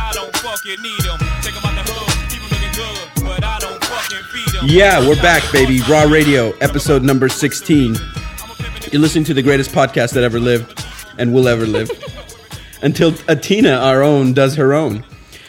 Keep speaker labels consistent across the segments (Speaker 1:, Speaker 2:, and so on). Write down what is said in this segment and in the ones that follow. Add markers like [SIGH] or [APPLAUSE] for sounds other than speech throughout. Speaker 1: fucking need them. Take them out the hood, keep 'em looking good, but I don't fucking feed 'em.
Speaker 2: Yeah, we're back, baby. Raw Radio, episode number 16.
Speaker 1: I'm a pimpin'
Speaker 2: You're listening to the greatest podcast that ever lived and will ever live until Atina, our own, does her own.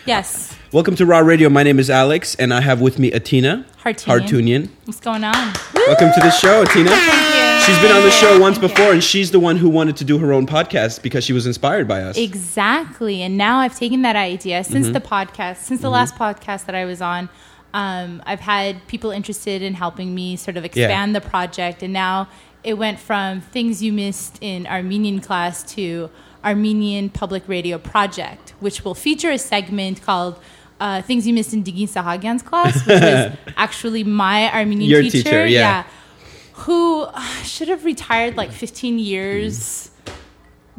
Speaker 3: Yes.
Speaker 2: Welcome to Raw Radio. My name is Alex, and I have with me Atina
Speaker 3: Hartunian.
Speaker 2: Hartunian.
Speaker 3: What's going on?
Speaker 2: Welcome to the show, Atina.
Speaker 3: Thank you.
Speaker 2: She's been on the
Speaker 3: Thank you.
Speaker 2: show once
Speaker 3: Thank you.
Speaker 2: before, and she's the one who wanted to do her own podcast because she was inspired by us.
Speaker 3: Exactly. And now I've taken that idea since
Speaker 2: Mm-hmm.
Speaker 3: the podcast, since the last podcast that I was on. Um, I've had people interested in helping me sort of expand the project. And now it went from things you missed in Armenian class to Armenian Public Radio Project, which will feature a segment called. Uh, things you missed in Digin Sahagian's class,
Speaker 2: [LAUGHS]
Speaker 3: which was actually my Armenian
Speaker 2: Your teacher, yeah.
Speaker 3: who uh, should have retired like 15
Speaker 2: Mm-hmm.
Speaker 3: years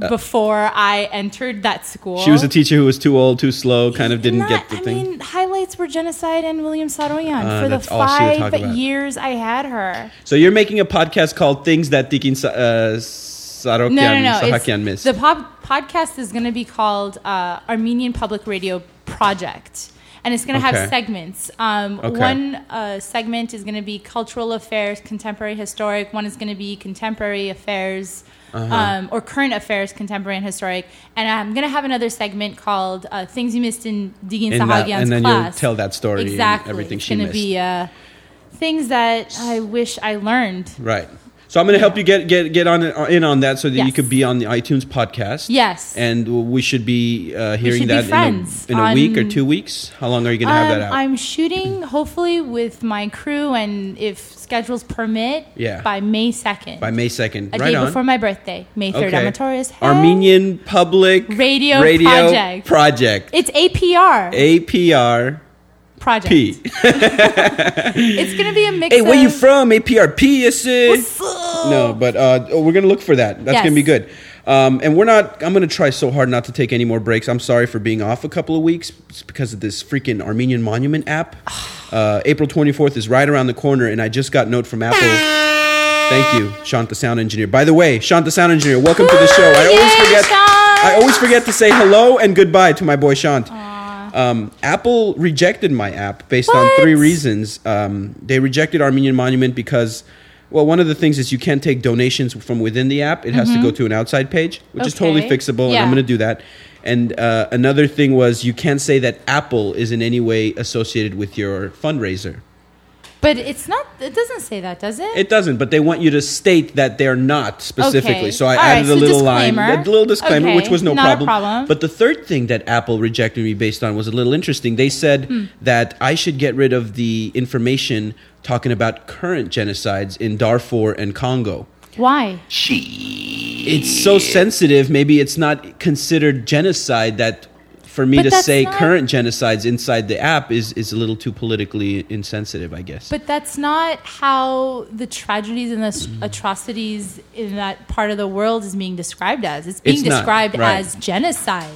Speaker 3: before I entered that school.
Speaker 2: Uh, She was a teacher who was too old, too slow, kind of didn't
Speaker 3: Not-
Speaker 2: get the
Speaker 3: I
Speaker 2: thing.
Speaker 3: mean, highlights were genocide and William Saroyan
Speaker 2: Uh,
Speaker 3: for the
Speaker 2: that's all she would talk
Speaker 3: five
Speaker 2: about.
Speaker 3: years I had her.
Speaker 2: so you're making a podcast called Things That Dikin Sa- uh, Sarokyan,
Speaker 3: No, no, no. it's-
Speaker 2: Sahakyan Missed.
Speaker 3: The pod- podcast is going to be called uh, Armenian Public Radio Project. And it's going to
Speaker 2: Okay.
Speaker 3: have segments. Um,
Speaker 2: Okay.
Speaker 3: One uh, segment is going to be cultural affairs, contemporary historic. One is going to be contemporary affairs
Speaker 2: Uh-huh.
Speaker 3: um, or current affairs, contemporary and historic. And I'm going to have another segment called uh, Things You Missed in Digin
Speaker 2: In that-
Speaker 3: Sahagian's Class.
Speaker 2: and then you'll tell that story and
Speaker 3: exactly.
Speaker 2: everything
Speaker 3: it's
Speaker 2: she
Speaker 3: gonna
Speaker 2: missed.
Speaker 3: be uh, things that I wish I learned.
Speaker 2: Right. So I'm going to help you get get get on in on that so that you
Speaker 3: Yes.
Speaker 2: could be on the iTunes podcast.
Speaker 3: Yes.
Speaker 2: And we should be uh, hearing
Speaker 3: should be
Speaker 2: that
Speaker 3: friends
Speaker 2: in, a, in a
Speaker 3: on-
Speaker 2: week or two weeks. How long are you going to have
Speaker 3: Um,
Speaker 2: that out?
Speaker 3: I'm shooting hopefully with my crew and if schedules permit
Speaker 2: Yeah.
Speaker 3: by May 2nd.
Speaker 2: By May second.
Speaker 3: a
Speaker 2: right
Speaker 3: day
Speaker 2: on.
Speaker 3: before my birthday, May 3rd. I'm a Taurus. Hey.
Speaker 2: Armenian Public
Speaker 3: Radio Project.
Speaker 2: Project.
Speaker 3: It's APR.
Speaker 2: APRP.
Speaker 3: project. It's going to be a mix
Speaker 2: Hey, where
Speaker 3: of
Speaker 2: you from? APRP, is it?
Speaker 3: What's up? [GASPS]
Speaker 2: No, but uh, oh, we're gonna look for that. That's
Speaker 3: Yes.
Speaker 2: gonna be good. Um, and we're not. I'm gonna try so hard not to take any more breaks. I'm sorry for being off a couple of weeks it's because of this freaking Armenian Monument
Speaker 3: [SIGHS]
Speaker 2: app. Uh, April 24th is right around the corner, and I just got note from Apple. Thank you, Shant, the sound engineer. By the way, Shant, the sound engineer, welcome to the show. I
Speaker 3: Woo,
Speaker 2: always
Speaker 3: yay,
Speaker 2: forget.
Speaker 3: Shant!
Speaker 2: I always forget to say hello and goodbye to my boy Shant. Um, Apple rejected my app based on
Speaker 3: What?
Speaker 2: three reasons. Um, they rejected Armenian Monument because, well, one of the things is you can't take donations from within the app. It has to go to an outside page, which is totally
Speaker 3: Mm-hmm. Okay.
Speaker 2: fixable, and I'm
Speaker 3: Yeah.
Speaker 2: going to do that. And uh, another thing was you can't say that Apple is in any way associated with your fundraiser.
Speaker 3: But it's not it doesn't say that, does it?
Speaker 2: It doesn't, but they want you to state that they're not specifically.
Speaker 3: Okay.
Speaker 2: So I
Speaker 3: All right,
Speaker 2: added a
Speaker 3: so
Speaker 2: little line,
Speaker 3: disclaimer.
Speaker 2: a little disclaimer,
Speaker 3: Okay,
Speaker 2: which was no
Speaker 3: not a
Speaker 2: problem.
Speaker 3: problem.
Speaker 2: But the third thing that Apple rejected me based on was a little interesting. They said
Speaker 3: Hmm.
Speaker 2: that I should get rid of the information talking about current genocides in Darfur and Congo.
Speaker 3: Why?
Speaker 2: It's so sensitive. Maybe it's not considered genocide that. For me
Speaker 3: But
Speaker 2: to
Speaker 3: that's
Speaker 2: say
Speaker 3: not-
Speaker 2: current genocides inside the app is, is a little too politically insensitive, I guess.
Speaker 3: But that's not how the tragedies and the s- atrocities in that part of the world is being described as. It's being
Speaker 2: It's not,
Speaker 3: described
Speaker 2: right.
Speaker 3: as genocide.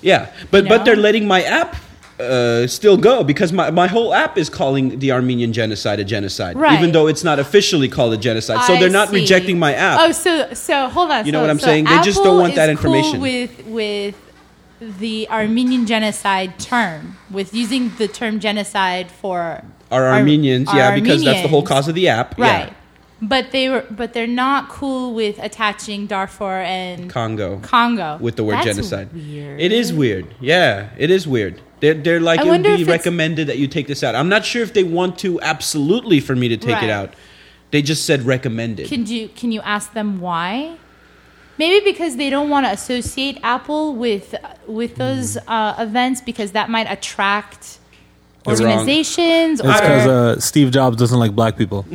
Speaker 2: Yeah, but
Speaker 3: You
Speaker 2: but
Speaker 3: know?
Speaker 2: they're letting my app uh, still go because my, my whole app is calling the Armenian genocide a genocide, even
Speaker 3: Right.
Speaker 2: though it's not officially called a genocide. So
Speaker 3: I
Speaker 2: they're not
Speaker 3: see.
Speaker 2: rejecting my app.
Speaker 3: Oh, so so hold on.
Speaker 2: You know
Speaker 3: so-
Speaker 2: what I'm
Speaker 3: so
Speaker 2: saying? They just don't
Speaker 3: Apple
Speaker 2: want that
Speaker 3: is cool
Speaker 2: information.
Speaker 3: with with the Armenian genocide term, with using the term genocide for
Speaker 2: Our
Speaker 3: Ar-
Speaker 2: Armenians,
Speaker 3: our
Speaker 2: yeah, because that's the whole
Speaker 3: Armenians.
Speaker 2: cause of the app,
Speaker 3: right?
Speaker 2: Yeah.
Speaker 3: But they were, but they're not cool with attaching Darfur and
Speaker 2: Congo,
Speaker 3: Congo
Speaker 2: with the word
Speaker 3: That's
Speaker 2: genocide.
Speaker 3: Weird.
Speaker 2: It is weird. Yeah, it is weird. They're, they're like
Speaker 3: I
Speaker 2: it would
Speaker 3: wonder if
Speaker 2: be
Speaker 3: it's-
Speaker 2: recommended that you take this out. I'm not sure if they want to absolutely for me to take it
Speaker 3: Right.
Speaker 2: out. They just said recommended.
Speaker 3: Can you can you ask them why? Maybe because they don't want to associate Apple with
Speaker 2: Hmm.
Speaker 3: with those uh, events because that might attract
Speaker 2: The wrong-
Speaker 3: organizations
Speaker 4: It's
Speaker 3: or
Speaker 4: because uh, Steve Jobs doesn't like black people.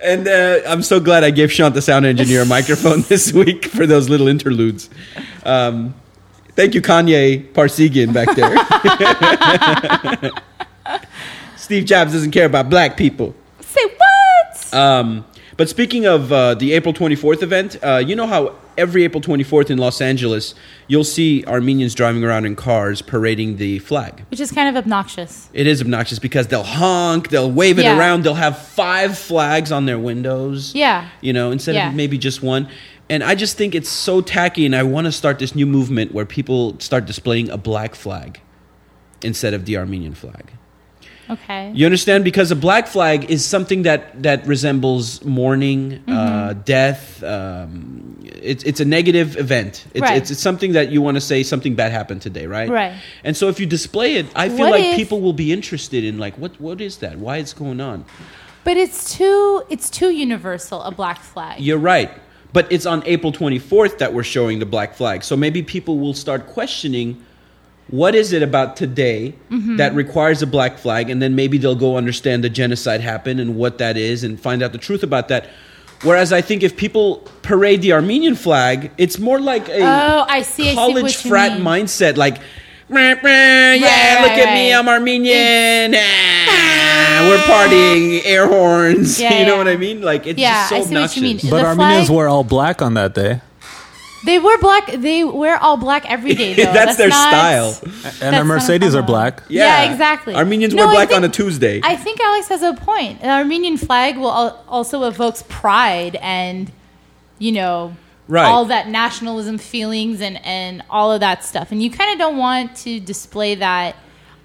Speaker 2: And uh, I'm so glad I gave Sean the sound engineer a microphone [LAUGHS] this week for those little interludes. Um, thank you, Kanye Parsegian back there. [LAUGHS] Steve Jobs doesn't care about black people.
Speaker 3: say what?
Speaker 2: Um, but speaking of uh, the April 24th event, uh, you know how every April 24th in Los Angeles, you'll see Armenians driving around in cars parading the flag.
Speaker 3: Which is kind of obnoxious.
Speaker 2: It is obnoxious because they'll honk, they'll wave it
Speaker 3: Yeah.
Speaker 2: around, they'll have five flags on their windows.
Speaker 3: Yeah.
Speaker 2: You know, instead
Speaker 3: Yeah.
Speaker 2: of maybe just one. And I just think it's so tacky, and I want to start this new movement where people start displaying a black flag instead of the Armenian flag.
Speaker 3: Okay.
Speaker 2: You understand? Because a black flag is something that that resembles mourning, uh,
Speaker 3: Mm-hmm.
Speaker 2: death. Um, it's it's a negative event. It's,
Speaker 3: Right.
Speaker 2: it's it's something that you want to say something bad happened today, right?
Speaker 3: Right.
Speaker 2: And so if you display it, I feel
Speaker 3: What
Speaker 2: like
Speaker 3: if-
Speaker 2: people will be interested in like what what is that? Why it's going on?
Speaker 3: But it's too it's too universal a black flag.
Speaker 2: You're right. But it's on April 24th that we're showing the black flag. So maybe people will start questioning what is it about today
Speaker 3: Mm-hmm.
Speaker 2: that requires a black flag and then maybe they'll go understand the genocide happened and what that is and find out the truth about that. Whereas I think if people parade the Armenian flag, it's more like a
Speaker 3: Oh, I see, I see
Speaker 2: college
Speaker 3: what you
Speaker 2: frat
Speaker 3: mean.
Speaker 2: mindset like "Meh, meh, yeah,
Speaker 3: Right,
Speaker 2: look
Speaker 3: right,
Speaker 2: at me,
Speaker 3: right.
Speaker 2: I'm Armenian. Ah, we're partying, air horns. [LAUGHS]
Speaker 3: Yeah,
Speaker 2: you know
Speaker 3: yeah.
Speaker 2: what I mean? Like it's
Speaker 3: Yeah,
Speaker 2: just so
Speaker 3: I see what you mean.
Speaker 2: obnoxious.
Speaker 4: But
Speaker 3: The
Speaker 4: Armenians
Speaker 3: flag-
Speaker 4: were all black on that day,
Speaker 3: They wear black. They wear all black every
Speaker 2: [LAUGHS]
Speaker 3: day. Though.
Speaker 2: That's their
Speaker 3: not- [LAUGHS]
Speaker 2: style.
Speaker 4: and
Speaker 3: not
Speaker 4: our
Speaker 3: a
Speaker 4: Mercedes are
Speaker 3: problem.
Speaker 4: black.
Speaker 3: Yeah,
Speaker 2: Yeah.
Speaker 3: exactly.
Speaker 2: Armenians
Speaker 3: No,
Speaker 2: wear
Speaker 3: I
Speaker 2: black on
Speaker 3: think-
Speaker 2: a Tuesday.
Speaker 3: I think Alex has a point. The Armenian flag will al- also evokes pride and, you know,
Speaker 2: Right.
Speaker 3: all that nationalism feelings and, and all of that stuff. And you kind of don't want to display that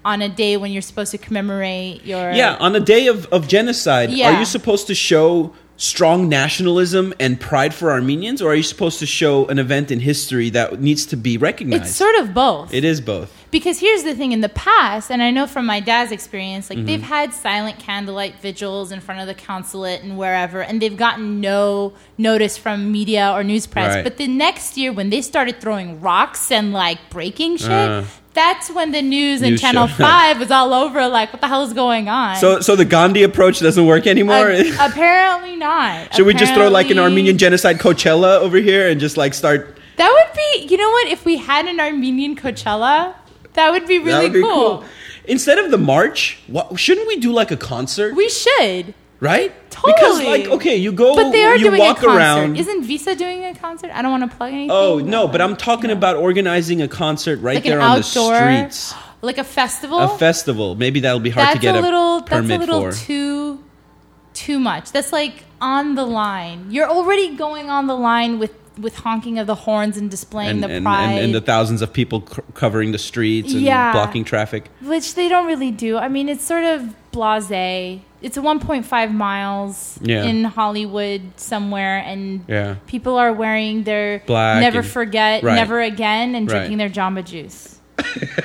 Speaker 3: on a day when you're supposed to commemorate your.
Speaker 2: yeah, on the day of, of genocide, are
Speaker 3: Yeah.
Speaker 2: you supposed to show strong nationalism and pride for Armenians, or are you supposed to show an event in history that needs to be recognized?
Speaker 3: It's sort of both.
Speaker 2: It is both.
Speaker 3: because here's the thing in the past and i know from my dad's experience like
Speaker 2: Mm-hmm.
Speaker 3: they've had silent candlelight vigils in front of the consulate and wherever and they've gotten no notice from media or news press
Speaker 2: Right.
Speaker 3: but the next year when they started throwing rocks and like breaking shit
Speaker 2: Uh.
Speaker 3: that's when the news and
Speaker 2: News show. [LAUGHS]
Speaker 3: channel 5 was all over like what the hell is going on
Speaker 2: So, so the Gandhi approach doesn't work [LAUGHS] anymore.
Speaker 3: A- apparently not
Speaker 2: Should we just throw like an
Speaker 3: Apparently-
Speaker 2: Armenian genocide Coachella over here and just like start?
Speaker 3: that would be you know what if we had an armenian coachella that would be really
Speaker 2: that would be
Speaker 3: cool.
Speaker 2: cool. Instead of the march, what, shouldn't we do like a concert?
Speaker 3: we should
Speaker 2: right? Because
Speaker 3: Totally.
Speaker 2: like, okay, you go,
Speaker 3: But they are
Speaker 2: you
Speaker 3: doing
Speaker 2: walk
Speaker 3: a concert.
Speaker 2: around.
Speaker 3: Isn't Visa doing a concert? I don't want to plug anything.
Speaker 2: Oh no, but I'm talking about organizing a concert right
Speaker 3: like
Speaker 2: there
Speaker 3: an
Speaker 2: on
Speaker 3: outdoor,
Speaker 2: the streets.
Speaker 3: like a festival.
Speaker 2: A festival. Maybe that'll be hard
Speaker 3: that's
Speaker 2: to get
Speaker 3: a
Speaker 2: a,
Speaker 3: little. that's a
Speaker 2: permit
Speaker 3: little
Speaker 2: for.
Speaker 3: too, too much. That's like on the line. You're already going on the line with with honking of the horns and displaying
Speaker 2: and,
Speaker 3: the
Speaker 2: and,
Speaker 3: pride,
Speaker 2: and, and the thousands of people c- covering the streets and
Speaker 3: Yeah.
Speaker 2: blocking traffic.
Speaker 3: which they don't really do. I mean, it's sort of blasé. It's 1.5 miles
Speaker 2: Yeah.
Speaker 3: in Hollywood somewhere, and
Speaker 2: Yeah.
Speaker 3: people are wearing their
Speaker 2: Black
Speaker 3: never
Speaker 2: and-
Speaker 3: forget,
Speaker 2: right.
Speaker 3: never again, and
Speaker 2: Right.
Speaker 3: drinking their Jamba juice.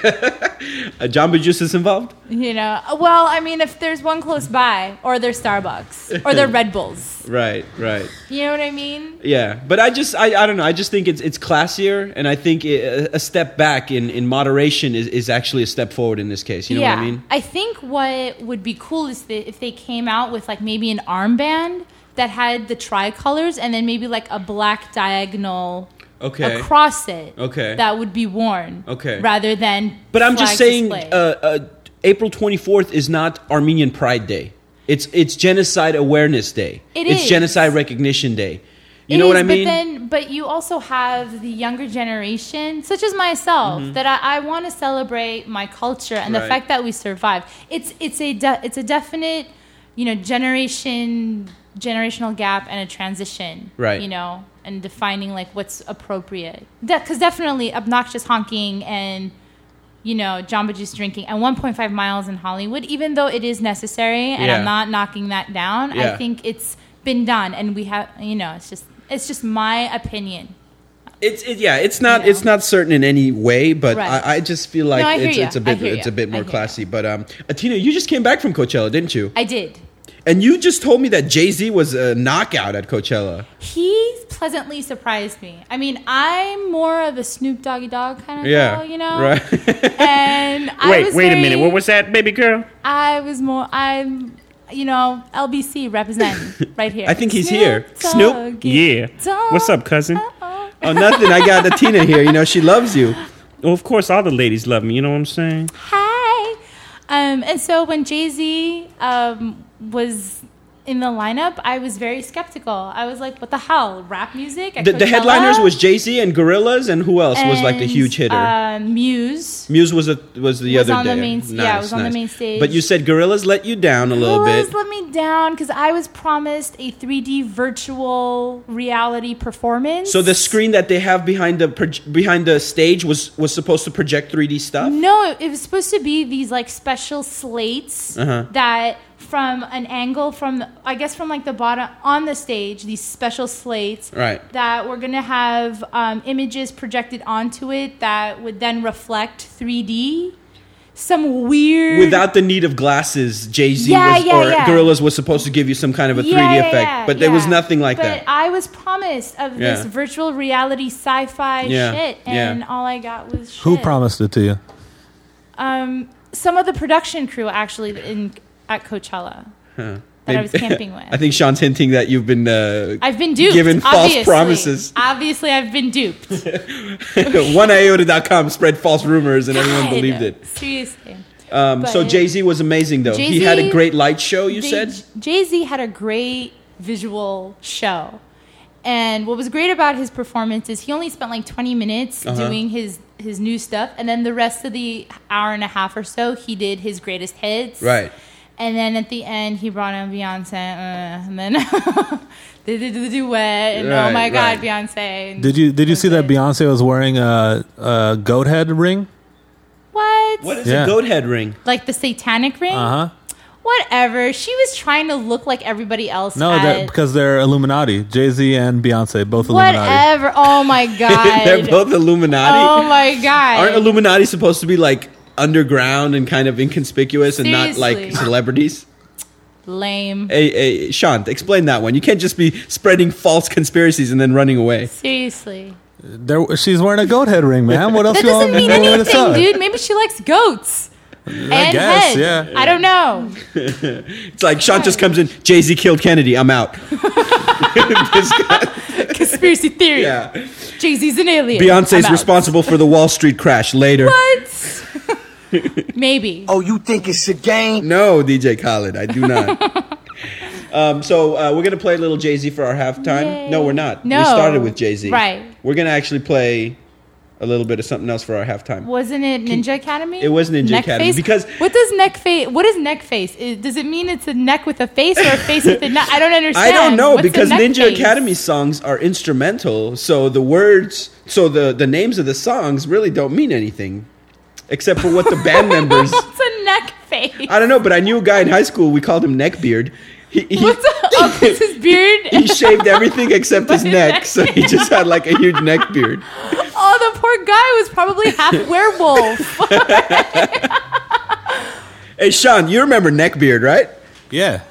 Speaker 2: Uh, Jamba Juice is involved.
Speaker 3: You know, well, I mean, if there's one close by, or their Starbucks, or
Speaker 2: [LAUGHS]
Speaker 3: their Red Bulls,
Speaker 2: Right, right.
Speaker 3: you know what I mean?
Speaker 2: Yeah, but I just I, I don't know. I just think it's it's classier, and I think i- a a step back in in moderation is, is actually a step forward in this case. You know
Speaker 3: yeah,
Speaker 2: what I mean?
Speaker 3: think what would be cool is that if they came out with like maybe an armband that had the tricolors, and then maybe like a black diagonal
Speaker 2: Okay.
Speaker 3: across it.
Speaker 2: Okay.
Speaker 3: That would be worn.
Speaker 2: Okay.
Speaker 3: Rather than.
Speaker 2: But I'm just
Speaker 3: flag
Speaker 2: saying, uh,
Speaker 3: display.
Speaker 2: uh, April 24th is not Armenian Pride Day. It's it's Genocide Awareness Day.
Speaker 3: It
Speaker 2: it's
Speaker 3: is.
Speaker 2: Genocide Recognition Day. You
Speaker 3: It
Speaker 2: know what I
Speaker 3: is,
Speaker 2: mean?
Speaker 3: But then, but you also have the younger generation, such as myself, that I, I want to celebrate my culture and the
Speaker 2: Mm-hmm. Right.
Speaker 3: fact that we survived. It's it's a de- it's a definite, you know, generation generational gap and a transition.
Speaker 2: Right.
Speaker 3: You know, and defining like what's appropriate. Because definitely obnoxious honking and. You know, Jamba Juice drinking and 1.5 miles in Hollywood, even though it is necessary, and
Speaker 2: Yeah.
Speaker 3: I'm not knocking that down.
Speaker 2: Yeah.
Speaker 3: I think it's been done, and we have, you know, it's just it's just my opinion.
Speaker 2: it's it, yeah. It's not
Speaker 3: You
Speaker 2: it's not certain in any way, but
Speaker 3: Right.
Speaker 2: I, I just feel like
Speaker 3: No, I hear
Speaker 2: it's,
Speaker 3: ya.
Speaker 2: it's a
Speaker 3: I
Speaker 2: bit
Speaker 3: hear
Speaker 2: it's
Speaker 3: ya.
Speaker 2: a bit
Speaker 3: I
Speaker 2: more
Speaker 3: hear ya.
Speaker 2: classy. But um, Atina, you just came back from Coachella, didn't you?
Speaker 3: I did.
Speaker 2: and you just told me that Jay Z was a knockout at Coachella.
Speaker 3: He pleasantly surprised me. I mean, I'm more of a Snoop Doggy Dog kind of
Speaker 2: Yeah,
Speaker 3: girl, you know.
Speaker 2: right.
Speaker 3: [LAUGHS]
Speaker 2: [LAUGHS]
Speaker 5: [LAUGHS]
Speaker 3: And I
Speaker 5: wait,
Speaker 3: was
Speaker 5: wait
Speaker 3: very-
Speaker 5: a minute. What was that, baby girl?
Speaker 3: I was more. I'm, you know, LBC
Speaker 5: [LAUGHS]
Speaker 3: representing right here.
Speaker 2: I think he's here. Snoop?
Speaker 5: Yeah.
Speaker 3: Dogg.
Speaker 5: What's up, cousin?
Speaker 3: Oh.
Speaker 2: oh, nothing. I got Atina here. You know she loves
Speaker 3: [LAUGHS]
Speaker 2: you.
Speaker 5: Well, of course, all the ladies love me. You know what I'm saying?
Speaker 3: hi. Um, and so when Jay Z um, was in the lineup, I was very skeptical. I was like, "What the hell? Rap music?" at
Speaker 2: The, the
Speaker 3: Coachella?
Speaker 2: headliners was Jay Z and Gorillas, and who else was like the
Speaker 3: And,
Speaker 2: huge hitter?
Speaker 3: Uh, Muse.
Speaker 2: Muse was a, was the
Speaker 3: was
Speaker 2: other
Speaker 3: on
Speaker 2: day.
Speaker 3: the main- yeah, it was on the main stage.
Speaker 2: But you said Gorillas let you down a little
Speaker 3: Please
Speaker 2: bit.
Speaker 3: let me down because I was promised a 3D virtual reality performance.
Speaker 2: So the screen that they have behind the proj- behind the stage was was supposed to project 3D stuff.
Speaker 3: No, it was supposed to be these like special slates
Speaker 2: Uh-huh.
Speaker 3: that from an angle from the, I guess from like the bottom on the stage, these special slates
Speaker 2: Right.
Speaker 3: that were gonna have um, images projected onto it that would then reflect 3D. Some weird
Speaker 2: Without the need of glasses, Jay Z
Speaker 3: Yeah,
Speaker 2: was
Speaker 3: yeah,
Speaker 2: or
Speaker 3: yeah.
Speaker 2: Gorillas was supposed to give you some kind of a 3D
Speaker 3: Yeah, yeah,
Speaker 2: effect,
Speaker 3: yeah,
Speaker 2: but there was
Speaker 3: yeah.
Speaker 2: nothing like
Speaker 3: But
Speaker 2: that.
Speaker 3: I was promised of this
Speaker 2: Yeah.
Speaker 3: virtual reality sci-fi
Speaker 2: Yeah,
Speaker 3: shit,
Speaker 2: yeah.
Speaker 3: and all I got was shit.
Speaker 4: Who promised it to you?
Speaker 3: Um, some of the production crew actually in at Coachella that I was
Speaker 2: Maybe- [LAUGHS]
Speaker 3: camping with.
Speaker 2: I think Sean's hinting that you've been uh,
Speaker 3: I've been duped.
Speaker 2: Given false
Speaker 3: obviously. [LAUGHS]
Speaker 2: promises.
Speaker 3: Obviously, I've been duped.
Speaker 2: [LAUGHS] oneiota.com spread false rumors and everyone
Speaker 3: God.
Speaker 2: believed it.
Speaker 3: Seriously.
Speaker 2: Um, so
Speaker 3: But-
Speaker 2: Jay Z was amazing though. he
Speaker 3: Jay-Z-
Speaker 2: had a great light show. You said
Speaker 3: Jay Z had a great visual show. And what was great about his performance is he only spent like 20 minutes
Speaker 2: Uh-huh.
Speaker 3: doing his, his new stuff. And then the rest of the hour and a half or so, he did his greatest hits.
Speaker 2: right.
Speaker 3: And then at the end, he brought on Beyonce. Uh, and then [LAUGHS] they did the duet. And
Speaker 2: Right,
Speaker 3: oh my God,
Speaker 2: right.
Speaker 3: Beyonce. And
Speaker 4: Did you did you see that
Speaker 3: Beyonce?
Speaker 4: Beyonce was wearing a, a goat head ring?
Speaker 3: What?
Speaker 2: What is
Speaker 4: Yeah.
Speaker 2: a goat head
Speaker 3: [LAUGHS]
Speaker 2: ring?
Speaker 3: Like the satanic ring?
Speaker 4: Uh
Speaker 2: Uh-huh.
Speaker 4: huh.
Speaker 3: Whatever. She was trying to look like everybody else.
Speaker 4: No,
Speaker 3: at-
Speaker 4: that, because they're Illuminati. Jay Z and Beyonce both Illuminati.
Speaker 3: whatever.
Speaker 2: [LAUGHS]
Speaker 3: Oh my god.
Speaker 2: They're both Illuminati.
Speaker 3: Oh my god.
Speaker 2: Aren't Illuminati supposed to be like underground and kind of inconspicuous and not like
Speaker 3: Seriously.
Speaker 2: celebrities?
Speaker 3: Lame.
Speaker 2: Hey, hey, Sean, explain that one. You can't just be spreading false conspiracies and then running away.
Speaker 3: Seriously.
Speaker 4: They're, she's wearing a goat head ring, man. What else
Speaker 3: That
Speaker 4: you want
Speaker 3: doesn't mean
Speaker 4: what want to
Speaker 3: anything,
Speaker 4: tell?
Speaker 3: dude. Maybe she likes goats. And
Speaker 4: guess,
Speaker 3: heads.
Speaker 4: yeah.
Speaker 3: I
Speaker 2: [LAUGHS]
Speaker 3: don't know.
Speaker 2: It's like Sean just comes in. Jay Z killed Kennedy. I'm out. This guy-
Speaker 3: Conspiracy theory.
Speaker 2: yeah.
Speaker 3: Jay Z's an alien. I'm
Speaker 2: Beyonce's
Speaker 3: out.
Speaker 2: responsible for the Wall Street crash. Later.
Speaker 3: What? [LAUGHS] Maybe.
Speaker 6: Oh, you think it's a game?
Speaker 2: No, DJ Khaled, I do not.
Speaker 3: [LAUGHS]
Speaker 2: um, so uh, we're gonna play a little Jay Z for our halftime.
Speaker 3: Yay.
Speaker 2: No, we're not.
Speaker 3: No.
Speaker 2: we started with Jay Z.
Speaker 3: Right.
Speaker 2: We're gonna actually play a little bit of something else for our halftime.
Speaker 3: Wasn't it Ninja Academy?
Speaker 2: It was Ninja
Speaker 3: Neck
Speaker 2: Academy,
Speaker 3: face?
Speaker 2: because-
Speaker 3: what does neck face? What is neck face? It- does it mean it's a neck with a face or a face with a neck? I don't understand.
Speaker 2: [LAUGHS] I don't know
Speaker 3: What's a
Speaker 2: because
Speaker 3: neck
Speaker 2: Ninja
Speaker 3: face?
Speaker 2: Academy songs are instrumental, so the words, so the the names of the songs really don't mean anything, except for what the band
Speaker 3: [LAUGHS]
Speaker 2: members.
Speaker 3: What's a neck face?
Speaker 2: I don't know, but I knew a guy in high school. We called him Neckbeard. He, he,
Speaker 3: [LAUGHS] What's a,
Speaker 2: [LAUGHS]
Speaker 3: oh, 'cause his
Speaker 2: he
Speaker 3: beard?
Speaker 2: shaved everything except
Speaker 3: [LAUGHS]
Speaker 2: his
Speaker 3: His
Speaker 2: neck,
Speaker 3: neck.
Speaker 2: so he just had like a huge neck beard.
Speaker 3: oh, the poor guy was probably half
Speaker 2: [LAUGHS]
Speaker 3: werewolf.
Speaker 2: Hey, Sean, you remember Neckbeard, right?
Speaker 4: Yeah.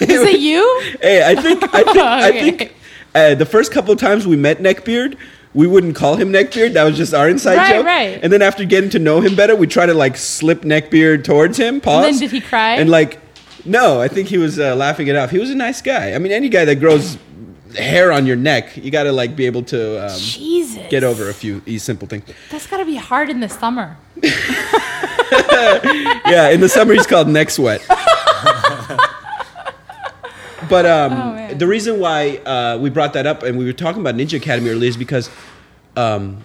Speaker 3: Is it
Speaker 2: [LAUGHS]
Speaker 3: you?
Speaker 2: Hey, I think I
Speaker 3: [LAUGHS]
Speaker 2: think I
Speaker 3: Okay.
Speaker 2: think uh, the first couple of times we met Neckbeard, we wouldn't call him Neckbeard. That was just our inside
Speaker 3: Right,
Speaker 2: joke.
Speaker 3: right.
Speaker 2: And then after getting to know him better, we try to like slip Neckbeard towards him. Pause.
Speaker 3: then did he cry?
Speaker 2: And like, no, I think he was uh, laughing it off. He was a nice guy. I mean, any guy that grows hair on your neck, you got to like be able to um,
Speaker 3: Jesus.
Speaker 2: get over a few these simple things.
Speaker 3: That's got to be hard in the summer.
Speaker 2: yeah, in the summer he's called neck sweat. but um,
Speaker 3: Oh, man.
Speaker 2: the reason why uh, we brought that up and we were talking about Ninja Academy earlier is because um,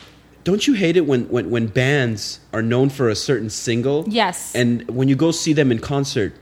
Speaker 2: don't you hate it when, when when bands are known for a certain single?
Speaker 3: Yes.
Speaker 2: And when you go see them in concert,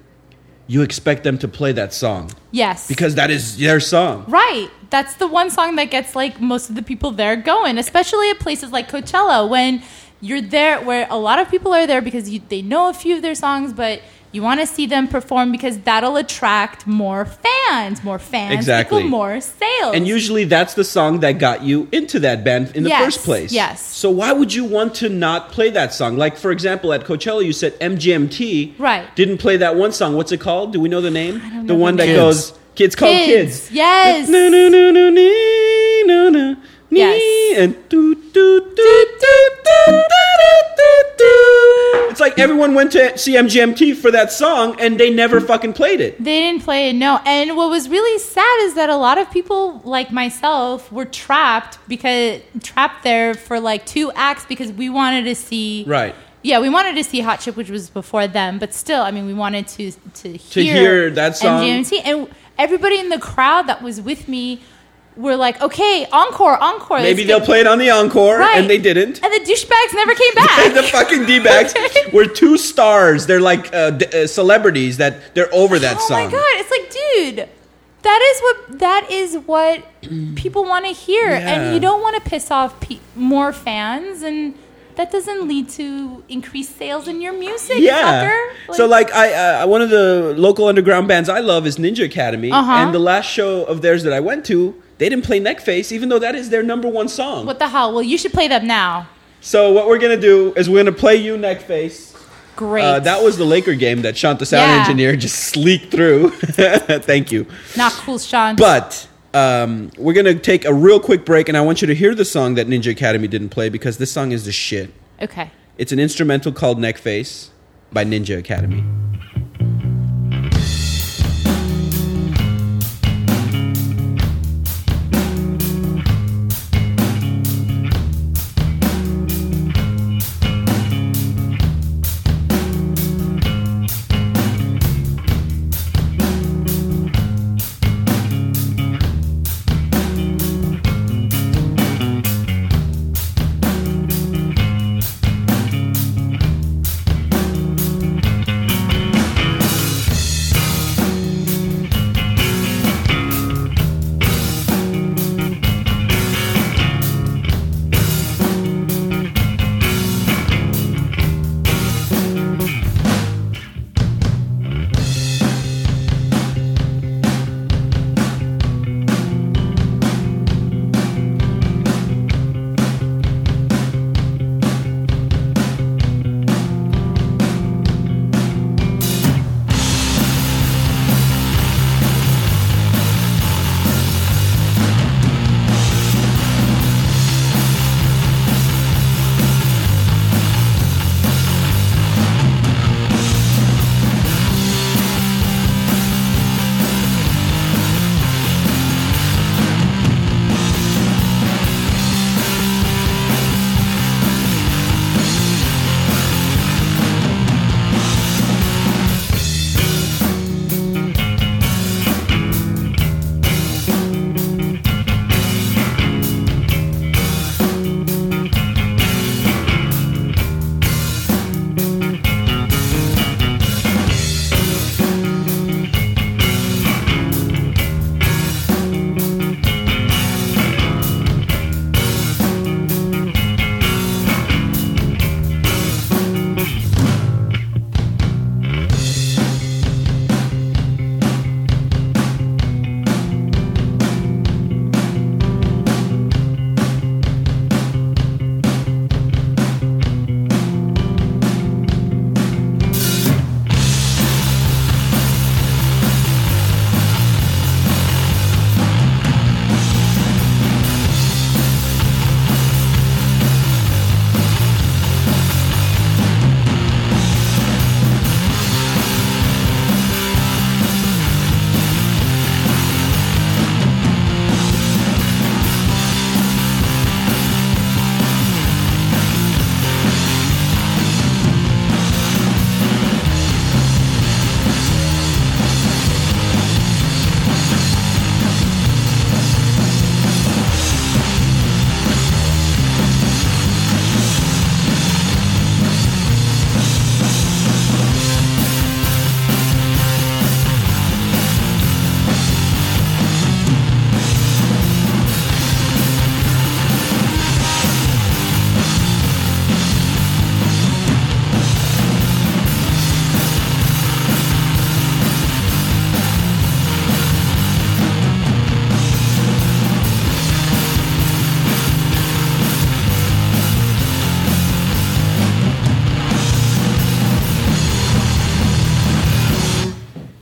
Speaker 2: you expect them to play that song
Speaker 3: Yes.
Speaker 2: because that is their song.
Speaker 3: Right. That's the one song that gets like most of the people there going, especially at places like Coachella when you're there where a lot of people are there because you, they know a few of their songs, but you want to see them perform because that'll attract more fans, more fans
Speaker 2: Exactly.
Speaker 3: equal more sales.
Speaker 2: And usually that's the song that got you into that band in the
Speaker 3: Yes,
Speaker 2: first place.
Speaker 3: yes.
Speaker 2: So why would you want to not play that song? Like for example, at Coachella, you said MGMT.
Speaker 3: Right.
Speaker 2: Didn't play that one song. What's it called? Do we know the name?
Speaker 3: don't
Speaker 2: the
Speaker 3: know
Speaker 2: one
Speaker 3: the
Speaker 2: that
Speaker 3: name.
Speaker 2: goes. Kids called
Speaker 3: Kids,
Speaker 2: kids.
Speaker 3: yes.
Speaker 2: No no no no nee, no no. nee,
Speaker 3: Yes.
Speaker 2: And doo, doo, doo, doo, doo, doo, doo, doo. It's like everyone went to see MGMT for that song and they never fucking played it.
Speaker 3: They didn't play it, no. And what was really sad is that a lot of people, like myself, were trapped because trapped there for like two acts because we wanted to see
Speaker 2: Right.
Speaker 3: Yeah, we wanted to see Hot Chip, which was before them, but still, I mean, we wanted to to hear,
Speaker 2: hear that song.
Speaker 3: MGMT, and everybody in the crowd that was with me were like, okay, encore, encore. let's
Speaker 2: Maybe
Speaker 3: get-
Speaker 2: they'll play it on the encore,
Speaker 3: Right.
Speaker 2: and they didn't.
Speaker 3: And the douchebags never came
Speaker 2: [LAUGHS]
Speaker 3: back.
Speaker 2: And the fucking D backs
Speaker 3: [LAUGHS] Okay.
Speaker 2: were two stars. They're like uh, d- uh, celebrities that they're over that
Speaker 3: oh
Speaker 2: song.
Speaker 3: my god! It's like, dude, that is what that is
Speaker 2: [CLEARS THROAT]
Speaker 3: what people want to hear,
Speaker 2: Yeah.
Speaker 3: and you don't want to piss off pe- more fans, and that doesn't lead to increased sales in your music,
Speaker 2: Yeah.
Speaker 3: sucker.
Speaker 2: so like I uh, one of the local underground bands I love is Ninja Academy,
Speaker 3: Uh-huh.
Speaker 2: and the last show of theirs that I went to, they didn't play Neckface, even though that is their number one song.
Speaker 3: what the hell? Well, you should play them now.
Speaker 2: So what we're gonna do is we're gonna play you Neckface.
Speaker 3: Great.
Speaker 2: Uh, that was the Laker game that Sean, the sound
Speaker 3: Yeah.
Speaker 2: engineer, just [LAUGHS] sleeked through. Thank you.
Speaker 3: not cool, Sean.
Speaker 2: But um, we're gonna take a real quick break, and I want you to hear the song that Ninja Academy didn't play because this song is the shit.
Speaker 3: okay.
Speaker 2: It's an instrumental called Neckface by Ninja Academy.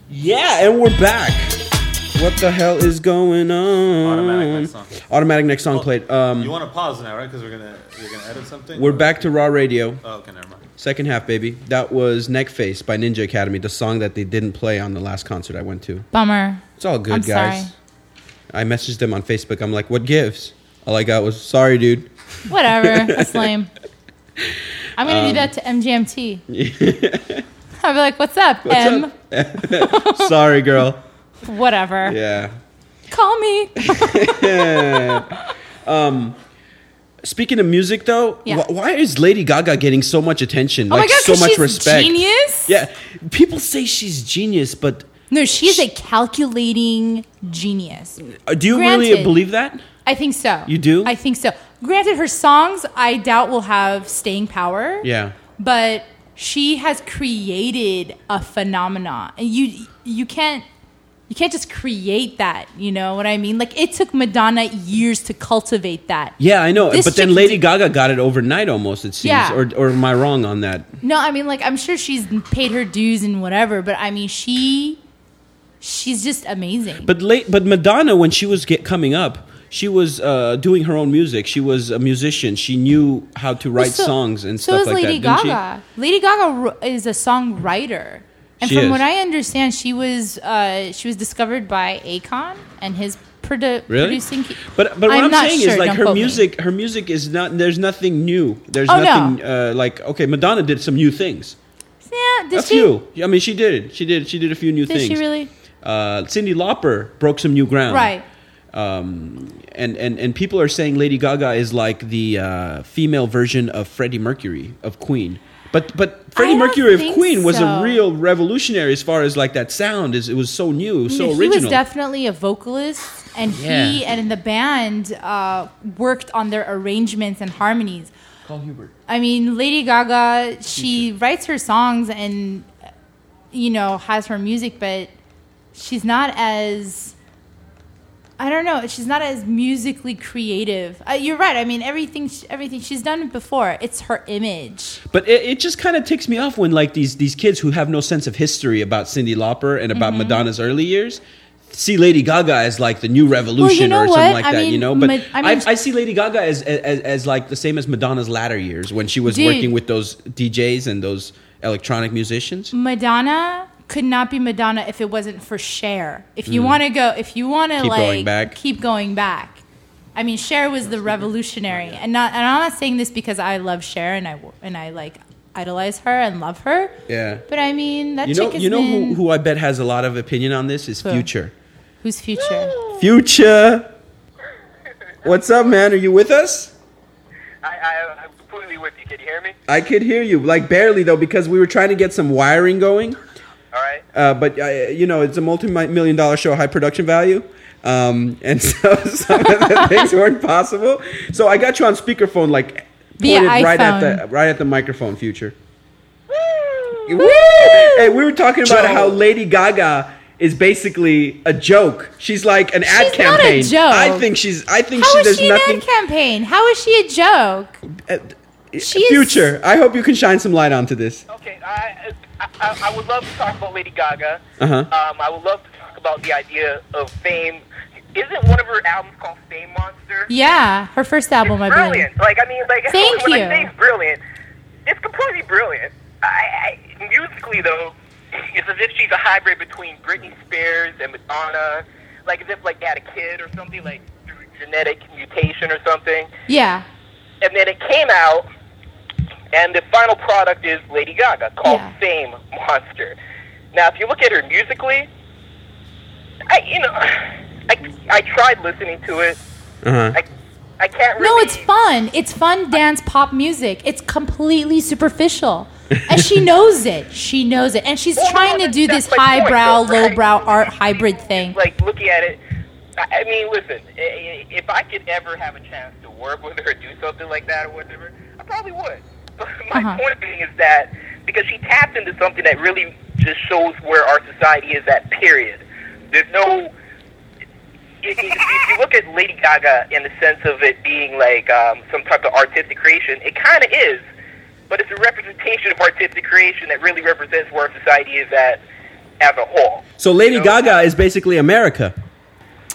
Speaker 2: Yeah, and we're back. What the hell is going on?
Speaker 6: Automatic next song. Oh,
Speaker 2: Automatic next song played.
Speaker 6: You
Speaker 2: Um,
Speaker 6: want to pause now, right? Because we're gonna you're gonna edit something.
Speaker 2: we're back to Raw Radio,
Speaker 6: Oh, okay, never mind.
Speaker 2: second half, baby. That was Neckface by Ninja Academy, the song that they didn't play on the last concert I went to.
Speaker 3: Bummer.
Speaker 2: It's [LAUGHS] all good,
Speaker 3: I'm
Speaker 2: guys. I messaged them on Facebook. I'm like, "What gives?" All I got was, "Sorry,
Speaker 3: [LAUGHS]
Speaker 2: dude."
Speaker 3: Whatever. That's lame. I'm gonna do
Speaker 2: Um,
Speaker 3: that
Speaker 2: [LAUGHS]
Speaker 3: to MGMT. I'll be like, "What's up,
Speaker 2: What's
Speaker 3: M?"
Speaker 2: up? Sorry, girl.
Speaker 3: Whatever.
Speaker 2: Yeah.
Speaker 3: Call me.
Speaker 2: Speaking of music, though,
Speaker 3: Yeah.
Speaker 2: wh- why is Lady Gaga getting so much attention?
Speaker 3: oh my
Speaker 2: like
Speaker 3: god,
Speaker 2: so
Speaker 3: 'cause
Speaker 2: much
Speaker 3: she's
Speaker 2: respect.
Speaker 3: genius.
Speaker 2: Yeah, people say she's genius, but
Speaker 3: No, she's a calculating genius.
Speaker 2: uh, do you really
Speaker 3: Granted.
Speaker 2: believe that?
Speaker 3: I think so.
Speaker 2: You do?
Speaker 3: I think so. Granted, her songs I doubt will have staying power.
Speaker 2: Yeah.
Speaker 3: But she has created a phenomenon, and you you can't you can't just create that. You know what I mean? Like it took Madonna years to cultivate that.
Speaker 2: Yeah, I know.
Speaker 3: This
Speaker 2: but then
Speaker 3: chick
Speaker 2: Lady
Speaker 3: did-
Speaker 2: Gaga got it overnight almost, it seems.
Speaker 3: Yeah.
Speaker 2: Or, or am I wrong on that?
Speaker 3: No, I mean like I'm sure she's paid her dues and whatever, but I mean she she's just amazing.
Speaker 2: But late, but Madonna, when she was get, coming up, she was uh, doing her own music. She was a musician. She knew how to write
Speaker 3: So-
Speaker 2: songs and
Speaker 3: so
Speaker 2: stuff
Speaker 3: is
Speaker 2: like
Speaker 3: Lady
Speaker 2: that. didn't
Speaker 3: Gaga. Lady Gaga wr- is a songwriter, and
Speaker 2: She
Speaker 3: from
Speaker 2: is.
Speaker 3: what I understand, she was uh, she was discovered by Akon and his produ-
Speaker 2: Really?
Speaker 3: producing. ca-
Speaker 2: But but what I'm,
Speaker 3: not
Speaker 2: saying
Speaker 3: sure,
Speaker 2: is like
Speaker 3: don't
Speaker 2: her
Speaker 3: quote me.
Speaker 2: music, her music is not. There's nothing new. There's
Speaker 3: Oh, no.
Speaker 2: nothing uh, like okay. Madonna did some new things.
Speaker 3: Yeah, did
Speaker 2: That's
Speaker 3: she?
Speaker 2: you. I mean, she did. it. She did. She did a few new
Speaker 3: Did
Speaker 2: things.
Speaker 3: she really?
Speaker 2: Uh, Cindy Lauper broke some new ground.
Speaker 3: Right.
Speaker 2: Um, and, and and people are saying Lady Gaga is like the uh, female version of Freddie Mercury of Queen. But but Freddie
Speaker 3: don't
Speaker 2: Mercury of
Speaker 3: think
Speaker 2: Queen was a
Speaker 3: so.
Speaker 2: real revolutionary as far as like that sound is. It was so new, it was so
Speaker 3: No,
Speaker 2: original.
Speaker 3: He was definitely a vocalist, and he
Speaker 2: Yeah.
Speaker 3: and the band uh, worked on their arrangements and harmonies.
Speaker 2: Call Hubert.
Speaker 3: I mean, Lady Gaga, she writes her songs and, you know, has her music, but she's not as, I don't know, she's not as musically creative. Uh, you're right. I mean, everything, sh- everything she's done it before, it's her image.
Speaker 2: But it, it just kind of ticks me off when like these these kids who have no sense of history about Cindy Lauper and
Speaker 3: Mm-hmm.
Speaker 2: about Madonna's early years see Lady Gaga as like the new revolution
Speaker 3: know
Speaker 2: or something
Speaker 3: what?
Speaker 2: like
Speaker 3: I
Speaker 2: that, you
Speaker 3: mean,
Speaker 2: know. But
Speaker 3: Ma- I
Speaker 2: I,
Speaker 3: mean-
Speaker 2: I, see Lady Gaga as, as as like the same as Madonna's latter years when she was
Speaker 3: Dude.
Speaker 2: working with those DJs and those electronic musicians.
Speaker 3: Madonna could not be Madonna if it wasn't for Cher. If you want to go, if you want to
Speaker 2: Hmm. Keep
Speaker 3: like
Speaker 2: going back.
Speaker 3: keep going back. I mean, Cher was the revolutionary, and not. And I'm not saying this because I love Cher and I and I like idolize her and love her.
Speaker 2: Yeah.
Speaker 3: But I mean, that
Speaker 2: You know,
Speaker 3: chick is
Speaker 2: you know who,
Speaker 3: been-
Speaker 2: who I bet has a lot of opinion on this is
Speaker 3: Who?
Speaker 2: Future.
Speaker 3: who's
Speaker 2: [GASPS]
Speaker 3: future.
Speaker 2: Future, what's up, man? Are you with us?
Speaker 7: I, I, I'm completely with you. Can you hear me?
Speaker 2: I could hear you, like barely though, because we were trying to get some wiring going.
Speaker 7: All right.
Speaker 2: Uh, but uh, you know, it's a multi-million dollar show, high production value, um, and [LAUGHS] so [LAUGHS] some of the things weren't possible. So I got you on speakerphone, like
Speaker 3: Via
Speaker 2: pointed right at
Speaker 3: iPhone.
Speaker 2: the right at the microphone, future. Woo! Hey, we were talking about
Speaker 7: Joe.
Speaker 2: how Lady Gaga is basically a joke. She's like an ad
Speaker 3: She's not a
Speaker 2: campaign.
Speaker 3: joke.
Speaker 2: I think she's. I think
Speaker 3: How
Speaker 2: she
Speaker 3: is
Speaker 2: does
Speaker 3: she
Speaker 2: nothing. uh,
Speaker 3: an ad campaign? How is she a joke? She is-
Speaker 2: future. I hope you can shine some light onto this.
Speaker 7: Okay. I, I, I, I would love to talk about Lady Gaga.
Speaker 2: Uh-huh.
Speaker 7: Um, I would love to talk about the idea of fame. Isn't one of her albums called Fame Monster?
Speaker 3: Yeah, her first album, I believe.
Speaker 7: brilliant. Like I mean, like
Speaker 3: Thank
Speaker 7: when
Speaker 3: you.
Speaker 7: I say it's brilliant, it's completely brilliant. I, I musically though, it's as if she's a hybrid between Britney Spears and Madonna. Like as if like they had a kid or something, like through genetic mutation or something.
Speaker 3: Yeah,
Speaker 7: And then it came out, and the final product is Lady Gaga called
Speaker 3: Yeah.
Speaker 7: Fame Monster. Now, if you look at her musically, I you know, [SIGHS] I I tried listening to it.
Speaker 2: Uh-huh.
Speaker 7: I I can't really.
Speaker 3: No, it's fun. It's fun dance pop music. It's completely superficial. And she knows it. She knows it. And she's
Speaker 7: Well, no,
Speaker 3: trying to
Speaker 7: that's-
Speaker 3: do this
Speaker 7: that's my point,
Speaker 3: highbrow,
Speaker 7: though, right?
Speaker 3: lowbrow art hybrid thing.
Speaker 7: Like looking at it, I I mean, listen, i- i- if I could ever have a chance to work with her, do something like that or whatever, I probably would. [LAUGHS] But my
Speaker 3: Uh-huh.
Speaker 7: point being is that because she tapped into something that really just shows where our society is at. Period. There's no. If you, if you look at Lady Gaga in the sense of it being like um, some type of artistic creation, it kind of is, but it's a representation of artistic creation that really represents where our society is at as a whole.
Speaker 2: So Lady
Speaker 7: You know?
Speaker 2: Gaga is basically America.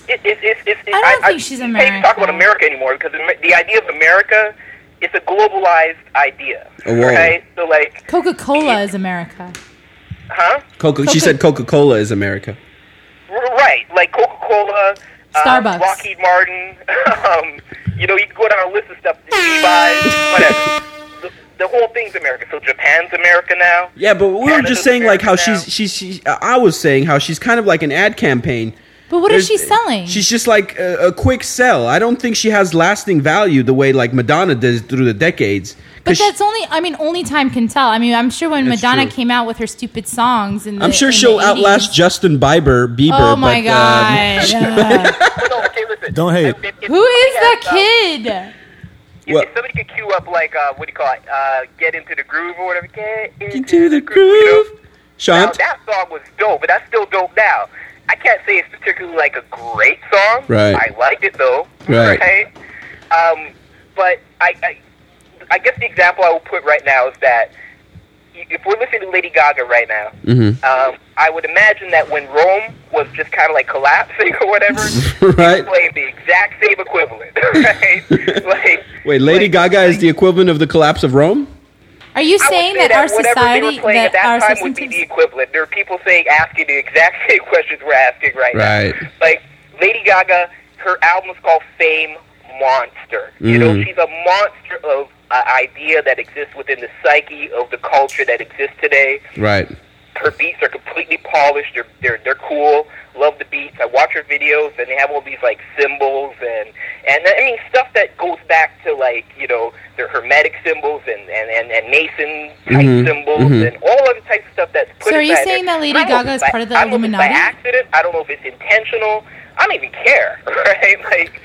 Speaker 7: it, it, it, it, it,
Speaker 3: I don't think she's
Speaker 7: I hate to talk about
Speaker 3: American.
Speaker 7: America anymore because Amer- the idea of America is a globalized idea,
Speaker 2: Oh, whoa.
Speaker 7: right? So like,
Speaker 3: Coca Cola is America.
Speaker 7: huh?
Speaker 2: Coca. She
Speaker 3: Coca-
Speaker 2: said Coca Cola is America.
Speaker 7: R- Right, like Coca Cola,
Speaker 3: Starbucks.
Speaker 7: um, Lockheed [LAUGHS] Martin. um, you know, you can go down a list of stuff. Levi's, whatever. The, the whole thing's America. So Japan's America now.
Speaker 2: Yeah, but we were
Speaker 7: Canada's
Speaker 2: just saying like how
Speaker 7: America now.
Speaker 2: she's she's she, I was saying how she's kind of like an ad campaign.
Speaker 3: But what is
Speaker 2: There's-
Speaker 3: she selling?
Speaker 2: She's just like a, a quick sell. I don't think she has lasting value the way like Madonna did through the decades. 'Cause
Speaker 3: But
Speaker 2: she-
Speaker 3: that's only. I mean, only time can tell. I mean, I'm sure when
Speaker 2: That's
Speaker 3: Madonna
Speaker 2: true.
Speaker 3: came out with her stupid songs, and
Speaker 2: I'm sure she'll outlast Justin Bieber. Bieber.
Speaker 3: Oh my
Speaker 2: but, um, [LAUGHS]
Speaker 3: god!
Speaker 7: [LAUGHS]
Speaker 3: Uh,
Speaker 7: But no, okay, listen.
Speaker 4: Don't hate.
Speaker 7: If- if-
Speaker 3: Who is
Speaker 7: [LAUGHS] if-
Speaker 3: that
Speaker 7: uh,
Speaker 3: kid?
Speaker 7: If,
Speaker 2: Well-
Speaker 7: if somebody could cue up like uh, what do you call it? Uh, get into the groove or whatever. Get into,
Speaker 2: into the
Speaker 7: you know?
Speaker 2: groove,
Speaker 7: Now,
Speaker 2: Shant.
Speaker 7: that song was dope, but that's still dope now. I can't say it's particularly like a great song.
Speaker 2: Right.
Speaker 7: I liked it though.
Speaker 2: Right.
Speaker 7: Um, but I, I, I guess the example I will put right now is that if we're listening to Lady Gaga right now,
Speaker 2: Mm-hmm.
Speaker 7: um, I would imagine that when Rome was just kind of like collapsing [LAUGHS] or
Speaker 2: [LAUGHS]
Speaker 7: whatever,
Speaker 2: [LAUGHS] Right.
Speaker 7: played the exact same equivalent. [LAUGHS] Right?
Speaker 2: [LAUGHS]
Speaker 7: like,
Speaker 2: Wait, Lady
Speaker 7: like-
Speaker 2: Gaga is the equivalent of the collapse of Rome.
Speaker 3: Are you
Speaker 7: I would
Speaker 3: saying
Speaker 7: say
Speaker 3: that, our
Speaker 7: whatever they
Speaker 3: society,
Speaker 7: were playing
Speaker 3: that,
Speaker 7: at that
Speaker 3: our
Speaker 7: time
Speaker 3: substance
Speaker 7: would be the equivalent. There are people saying asking the exact [LAUGHS] same questions we're asking right,
Speaker 2: Right.
Speaker 7: now. Like Lady Gaga, her album is called Fame Monster. You know, she's a monster of uh, idea that exists within the psyche of the culture that exists today.
Speaker 2: Right.
Speaker 7: Her beats are completely polished. They're they're, they're cool. Love the beats. I watch her videos, and they have all these like symbols and and I mean stuff that goes back to like you know their hermetic symbols and and and, and Mason type
Speaker 2: Mm-hmm.
Speaker 7: symbols and all other types of stuff that's put.
Speaker 3: So are you
Speaker 7: inside
Speaker 3: saying
Speaker 7: there.
Speaker 3: that Lady
Speaker 7: I don't know
Speaker 3: Gaga
Speaker 7: if
Speaker 3: is
Speaker 7: it's
Speaker 3: part of
Speaker 7: by-
Speaker 3: the
Speaker 7: I don't know if it's
Speaker 3: Illuminati?
Speaker 7: By accident, I don't know if it's intentional. I don't even care, [LAUGHS] right? Like.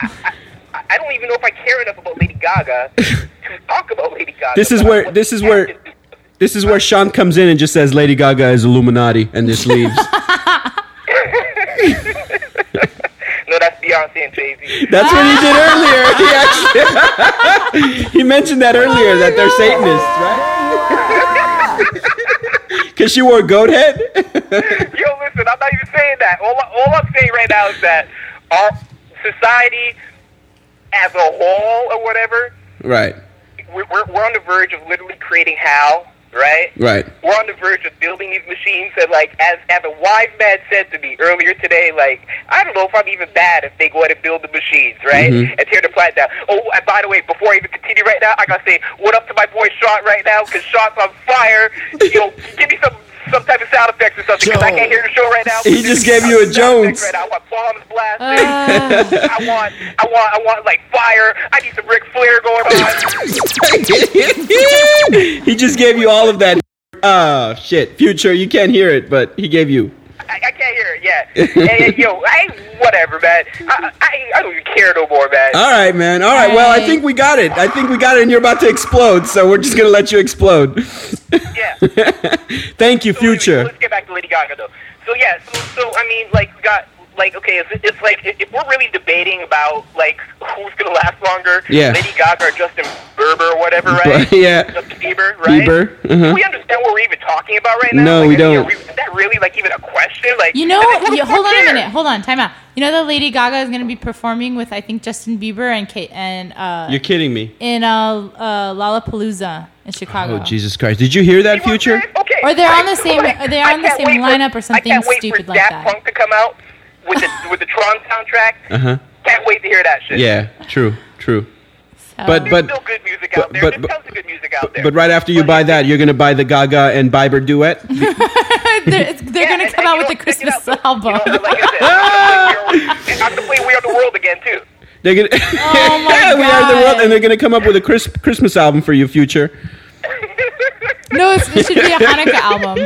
Speaker 7: I- I, I don't even know if I care enough about Lady Gaga to talk about Lady Gaga.
Speaker 2: This is
Speaker 7: but I
Speaker 2: where-
Speaker 7: want
Speaker 2: this is
Speaker 7: to
Speaker 2: where-
Speaker 7: act as-
Speaker 2: This is where Sean comes in and just says Lady Gaga is Illuminati and just leaves.
Speaker 7: [LAUGHS] No, that's Beyonce and Jay Z.
Speaker 2: That's what he did earlier. He actually [LAUGHS] he mentioned that earlier that they're Satanists, right? [LAUGHS] Because she wore a goat head. [LAUGHS]
Speaker 7: Yo, listen, I'm not even saying that. All, all I'm saying right now is that our society as a whole or whatever,
Speaker 2: right.
Speaker 7: we're, we're, we're on the verge of literally creating hell, right?
Speaker 2: Right. [LAUGHS]
Speaker 7: We're on the verge of building these machines that, like, as, as a wise man said to me earlier today, like, I don't know if I'm even bad if they go ahead and build the machines, right?
Speaker 2: Mm-hmm.
Speaker 7: And tear the plant down. Oh, and by the way, before I even continue right now, I gotta say, what up to my boy Sean right now, because Sean's on fire. You know, give me some some type of sound effects or something, because I can't hear the show right now.
Speaker 2: He just gave you a
Speaker 7: Sound
Speaker 2: Jones.
Speaker 7: effects Right now. I want bombs blasting.
Speaker 3: Uh,
Speaker 7: I want, I want, I want like fire. I need some Ric Flair going on.
Speaker 2: he just gave you all of that. Ah, shit. Future, you can't hear it, but he gave you.
Speaker 7: I, I can't hear it. Yeah, and,
Speaker 2: [LAUGHS]
Speaker 7: and, yo, I whatever, man. I, I I don't even care no more, man.
Speaker 2: All right, man. All right. Well, I
Speaker 3: Right.
Speaker 2: think we got it. I think we got it, and you're about to explode, so we're just going to let you explode. [LAUGHS]
Speaker 7: yeah. So anyway,
Speaker 2: Thank you, Future.
Speaker 7: let's get back to Lady Gaga though. So yeah, so, so I mean, like, we got like okay, it's, it's like if if we're really debating about like who's gonna last longer,
Speaker 2: Yeah.
Speaker 7: Lady Gaga or Justin Bieber or whatever,
Speaker 2: [LAUGHS]
Speaker 7: right?
Speaker 2: yeah.
Speaker 7: Justin Bieber, right?
Speaker 2: Bieber,
Speaker 7: Do
Speaker 2: uh-huh.
Speaker 7: we understand what we're even talking about right now?
Speaker 2: No,
Speaker 7: Like,
Speaker 2: we
Speaker 7: I mean,
Speaker 2: don't.
Speaker 7: are we- is that really like even a question?
Speaker 3: [LAUGHS]
Speaker 7: Like,
Speaker 3: you know,
Speaker 7: does it- who the
Speaker 3: you,
Speaker 7: fuck
Speaker 3: hold on a
Speaker 7: cares?
Speaker 3: minute. Hold on, time out. You know that Lady Gaga is going to be performing with I think Justin Bieber and Kate and uh,
Speaker 2: You're kidding me.
Speaker 3: in uh, uh, Lollapalooza in Chicago.
Speaker 2: Oh, Jesus Christ. Did you hear that,
Speaker 7: You
Speaker 2: Future?
Speaker 7: want this? Okay.
Speaker 3: Or they're on the
Speaker 7: Like,
Speaker 3: same-
Speaker 7: like,
Speaker 3: or they're on
Speaker 7: I
Speaker 3: the
Speaker 7: can't
Speaker 3: same
Speaker 7: wait for-
Speaker 3: lineup or something
Speaker 7: I can't wait
Speaker 3: stupid
Speaker 7: for
Speaker 3: like
Speaker 7: Daft
Speaker 3: that.
Speaker 7: Punk to come out with the with the Tron soundtrack.
Speaker 2: Uh huh.
Speaker 7: Can't wait to hear that shit.
Speaker 2: Yeah. True. True.
Speaker 3: So-
Speaker 2: But
Speaker 7: There's
Speaker 2: but
Speaker 7: still good music
Speaker 2: but-
Speaker 7: out there.
Speaker 2: but-
Speaker 7: There's
Speaker 2: but-
Speaker 7: tons of good music out there.
Speaker 2: but right after you buy that, you're gonna buy the Gaga and Bieber
Speaker 3: [LAUGHS]
Speaker 2: duet.
Speaker 3: [LAUGHS] they're it's- they're
Speaker 7: Yeah,
Speaker 3: going
Speaker 7: and-
Speaker 3: to come
Speaker 7: and
Speaker 3: out with a
Speaker 7: you know, check it
Speaker 3: Christmas
Speaker 7: out.
Speaker 3: album.
Speaker 7: You
Speaker 3: [LAUGHS]
Speaker 7: know, like I said, I'm gonna
Speaker 2: [LAUGHS]
Speaker 7: play We Are- I'm gonna play We Are the World again too.
Speaker 2: They're gonna [LAUGHS]
Speaker 3: Oh, my
Speaker 2: yeah, we are the world,
Speaker 3: God.
Speaker 2: and they're gonna come up with a crisp Christmas album for you, Future.
Speaker 3: no, it's, it should be a
Speaker 4: [LAUGHS]
Speaker 3: Hanukkah album.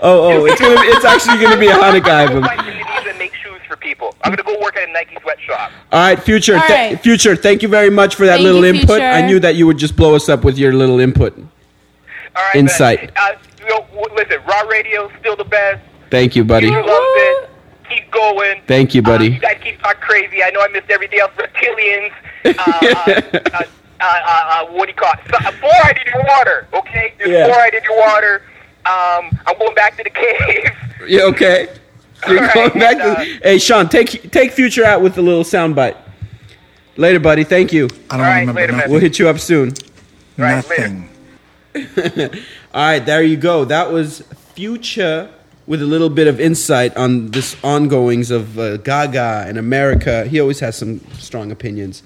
Speaker 2: Oh oh, it's gonna be, it's actually gonna be a Hanukkah album.
Speaker 7: Find DVDs and make shoes for people. I'm gonna go work at a Nike sweatshop.
Speaker 2: All right, Future,
Speaker 3: All
Speaker 2: tha-
Speaker 3: right.
Speaker 2: Future, thank you very much for that
Speaker 3: Thank
Speaker 2: little
Speaker 3: you,
Speaker 2: input. I
Speaker 3: Future.
Speaker 2: knew that you would just blow us up with your little input.
Speaker 7: All right.
Speaker 2: Insight.
Speaker 7: man. Uh, you know, w- listen, Raw Radio still the best.
Speaker 2: Thank you, buddy.
Speaker 7: You loved it. Keep going.
Speaker 2: Thank you, buddy.
Speaker 7: Uh, you guys keep talking crazy. I know I missed everything else. Reptilians. Uh,
Speaker 2: [LAUGHS]
Speaker 7: uh, uh, uh, uh, uh, what do you call it? So, uh, fluoride in your water, okay? There's
Speaker 2: Yeah.
Speaker 7: fluoride in your water. Um, I'm going back to the [LAUGHS] cave.
Speaker 2: Yeah, okay. You're
Speaker 7: All
Speaker 2: going
Speaker 7: right,
Speaker 2: back
Speaker 7: and,
Speaker 2: to. Hey, Sean, take take Future out with a little soundbite. Later, buddy. Thank you.
Speaker 8: I don't
Speaker 7: All right,
Speaker 8: remember
Speaker 7: wait a minute.
Speaker 2: We'll hit you up soon.
Speaker 8: no-
Speaker 7: All right, later.
Speaker 8: nothing.
Speaker 2: All right, there you go. That was Future with a little bit of insight on this ongoings of uh, Gaga and America. He always has some strong opinions,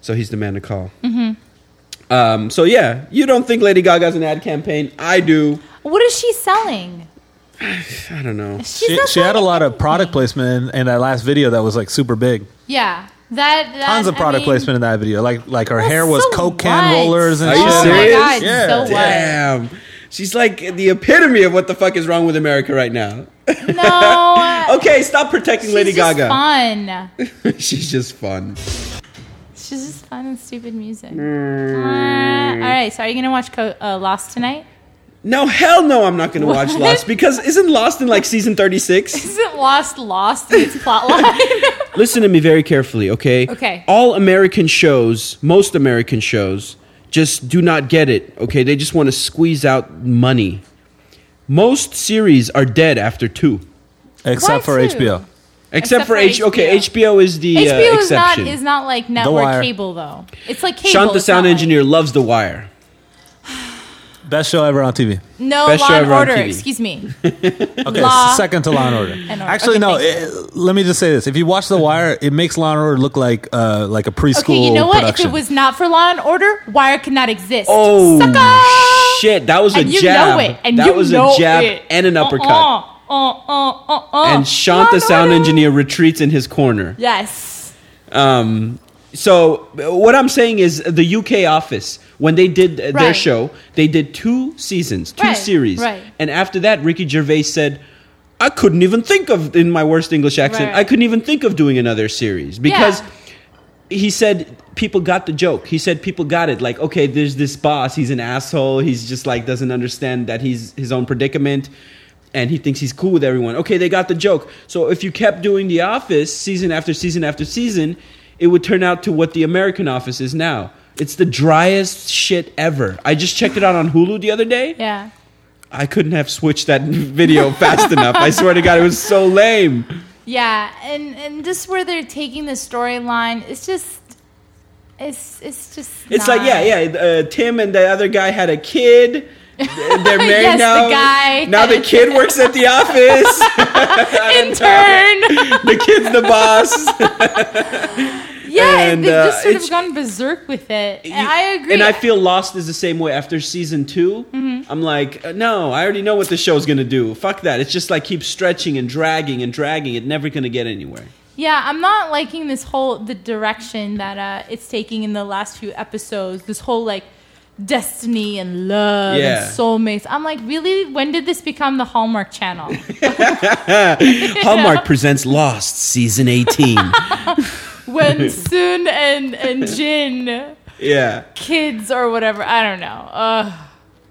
Speaker 2: so he's the man to call. Mm-hmm. Um, so yeah, you don't think Lady Gaga's an ad campaign? I do.
Speaker 3: What is she selling?
Speaker 2: I don't know.
Speaker 3: She's
Speaker 4: She,
Speaker 3: not
Speaker 4: she had a
Speaker 3: selling
Speaker 4: lot of
Speaker 3: anything.
Speaker 4: product placement in, in that last video that was like super big.
Speaker 3: Yeah, that, that
Speaker 4: Tons of
Speaker 3: I
Speaker 4: product
Speaker 3: mean,
Speaker 4: placement in that video. Like like her
Speaker 3: Well,
Speaker 4: hair was
Speaker 3: so
Speaker 4: Coke can
Speaker 3: what?
Speaker 4: rollers and
Speaker 2: Are
Speaker 4: shit.
Speaker 2: you
Speaker 3: oh
Speaker 2: serious?
Speaker 3: my god!
Speaker 4: Yeah.
Speaker 3: So what?
Speaker 2: Damn. She's like the epitome of what the fuck is wrong with America right now.
Speaker 4: [LAUGHS]
Speaker 3: No.
Speaker 2: Okay, stop protecting
Speaker 3: She's
Speaker 2: Lady
Speaker 3: just
Speaker 2: Gaga. [LAUGHS]
Speaker 3: Fun.
Speaker 2: She's just fun.
Speaker 3: She's just fun and stupid music. Mwah. All right. So are you gonna watch Co- uh, Lost tonight?
Speaker 2: No, hell no, I'm not going to watch
Speaker 3: What?
Speaker 2: Lost because isn't Lost in like season 36?
Speaker 3: Isn't Lost lost in its [LAUGHS] plotline?
Speaker 2: Listen to me very carefully, okay?
Speaker 3: Okay.
Speaker 2: All American shows, most American shows, just do not get it, okay? They just want to squeeze out money. Most series are dead after two,
Speaker 4: Except for
Speaker 3: Why too?
Speaker 4: HBO.
Speaker 2: except,
Speaker 3: Except
Speaker 2: for,
Speaker 3: for
Speaker 2: H. Okay,
Speaker 3: HBO.
Speaker 2: HBO is the uh,
Speaker 3: HBO is not
Speaker 2: exception.
Speaker 3: is not like
Speaker 4: Wire.
Speaker 3: network cable though. It's like cable.
Speaker 2: Shant the
Speaker 3: it's not
Speaker 2: sound
Speaker 3: like-
Speaker 2: engineer loves The Wire.
Speaker 4: Best show ever on TV.
Speaker 3: no
Speaker 2: Best show
Speaker 3: Law and
Speaker 2: ever on
Speaker 3: Order.
Speaker 2: TV.
Speaker 3: Excuse
Speaker 2: [LAUGHS]
Speaker 3: me.
Speaker 4: Okay,
Speaker 3: Law
Speaker 4: second to Law and Order.
Speaker 3: and Order.
Speaker 4: Actually,
Speaker 3: Okay,
Speaker 4: no.
Speaker 3: thank you.
Speaker 4: it- let me just say this: if you watch The Wire, it makes Law and Order look like uh, like a preschool.
Speaker 3: Okay, you know what?
Speaker 4: Production.
Speaker 3: If it was not for Law and Order, Wire could not exist.
Speaker 2: Oh
Speaker 3: Sucker!
Speaker 2: shit! That was a
Speaker 3: and you
Speaker 2: jab.
Speaker 3: know it. And
Speaker 2: that
Speaker 3: you
Speaker 2: was
Speaker 3: know
Speaker 2: a jab
Speaker 3: it.
Speaker 2: and an uppercut.
Speaker 3: Uh, uh, uh, uh, uh.
Speaker 2: And Shant
Speaker 3: Law
Speaker 2: the sound
Speaker 3: Order.
Speaker 2: engineer retreats in his corner.
Speaker 3: Yes.
Speaker 2: Um, so what I'm saying is the UK Office when they did their
Speaker 3: Right.
Speaker 2: show, they did two seasons, two
Speaker 3: Right,
Speaker 2: series,
Speaker 3: right.
Speaker 2: and after that, Ricky Gervais said. I couldn't even think of, in my worst English accent,
Speaker 3: Right.
Speaker 2: I couldn't even think of doing another series because he said people got the joke. He said people got it. Like, okay, there's this boss. He's an asshole. He's just like doesn't understand that he's his own predicament, and he thinks he's cool with everyone. Okay, they got the joke. So if you kept doing The Office season after season after season, it would turn out to what the American Office is now. It's the driest shit ever. I just checked it out on Hulu the other day.
Speaker 3: Yeah.
Speaker 2: I couldn't have switched that [LAUGHS] video fast enough. I swear to God, it was so lame.
Speaker 3: Yeah, and and just where they're taking the storyline, it's just, it's it's just.
Speaker 2: It's
Speaker 3: not-
Speaker 2: like, yeah, yeah. Uh, Tim and the other guy had a
Speaker 3: [LAUGHS]
Speaker 2: kid. They're married
Speaker 3: Yes, the
Speaker 2: now.
Speaker 3: guy
Speaker 2: now
Speaker 3: had
Speaker 2: the
Speaker 3: a
Speaker 2: kid works at the office. [LAUGHS]
Speaker 3: Intern.
Speaker 2: the kid's the
Speaker 3: [LAUGHS]
Speaker 2: boss.
Speaker 3: yeah,
Speaker 2: And,
Speaker 3: and, they've
Speaker 2: uh,
Speaker 3: just sort
Speaker 2: it's-
Speaker 3: of gone berserk with it. And I agree. Mm-hmm.
Speaker 2: And I feel Lost is the same way after season 2 i I'm like, uh, no, I already know what the show's gonna do. Fuck that. It's just like keep stretching and dragging and dragging. It never gonna get
Speaker 3: [LAUGHS]
Speaker 2: anywhere.
Speaker 3: yeah, I'm not liking this whole the direction that uh, it's taking in the last few episodes. This whole like destiny and love
Speaker 2: Yeah.
Speaker 3: and soulmates. I'm like, really? When did this become the Hallmark Channel? [LAUGHS]
Speaker 2: Hallmark presents Lost season 18.
Speaker 3: when Soon and and Jin
Speaker 2: [LAUGHS] yeah.
Speaker 3: kids or whatever. I don't know. Ugh.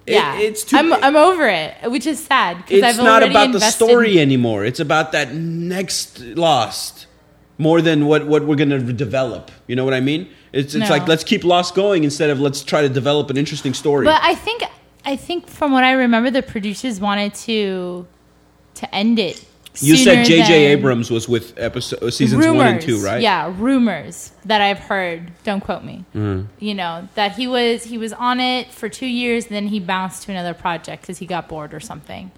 Speaker 2: It-
Speaker 3: yeah,
Speaker 2: it's too-
Speaker 3: I'm I'm over it, which is sad because
Speaker 2: It's
Speaker 3: I've
Speaker 2: not
Speaker 3: already
Speaker 2: about the
Speaker 3: invested-
Speaker 2: story anymore. It's about that next Lost more than what, what we're going to develop. You know what I mean? It's, it's
Speaker 3: No.
Speaker 2: like let's keep Lost going instead of let's try to develop an interesting story.
Speaker 3: But I think I think from what I remember, the producers wanted to to end it.
Speaker 2: you said
Speaker 3: sooner
Speaker 2: J.J.
Speaker 3: than-
Speaker 2: Abrams was with episode uh, seasons one and two,
Speaker 3: Rumors,
Speaker 2: right?
Speaker 3: Yeah, rumors that I've heard. Don't quote me.
Speaker 2: Mm-hmm.
Speaker 3: You know that he was he was on it for two years, then he bounced to another project because he got bored or something.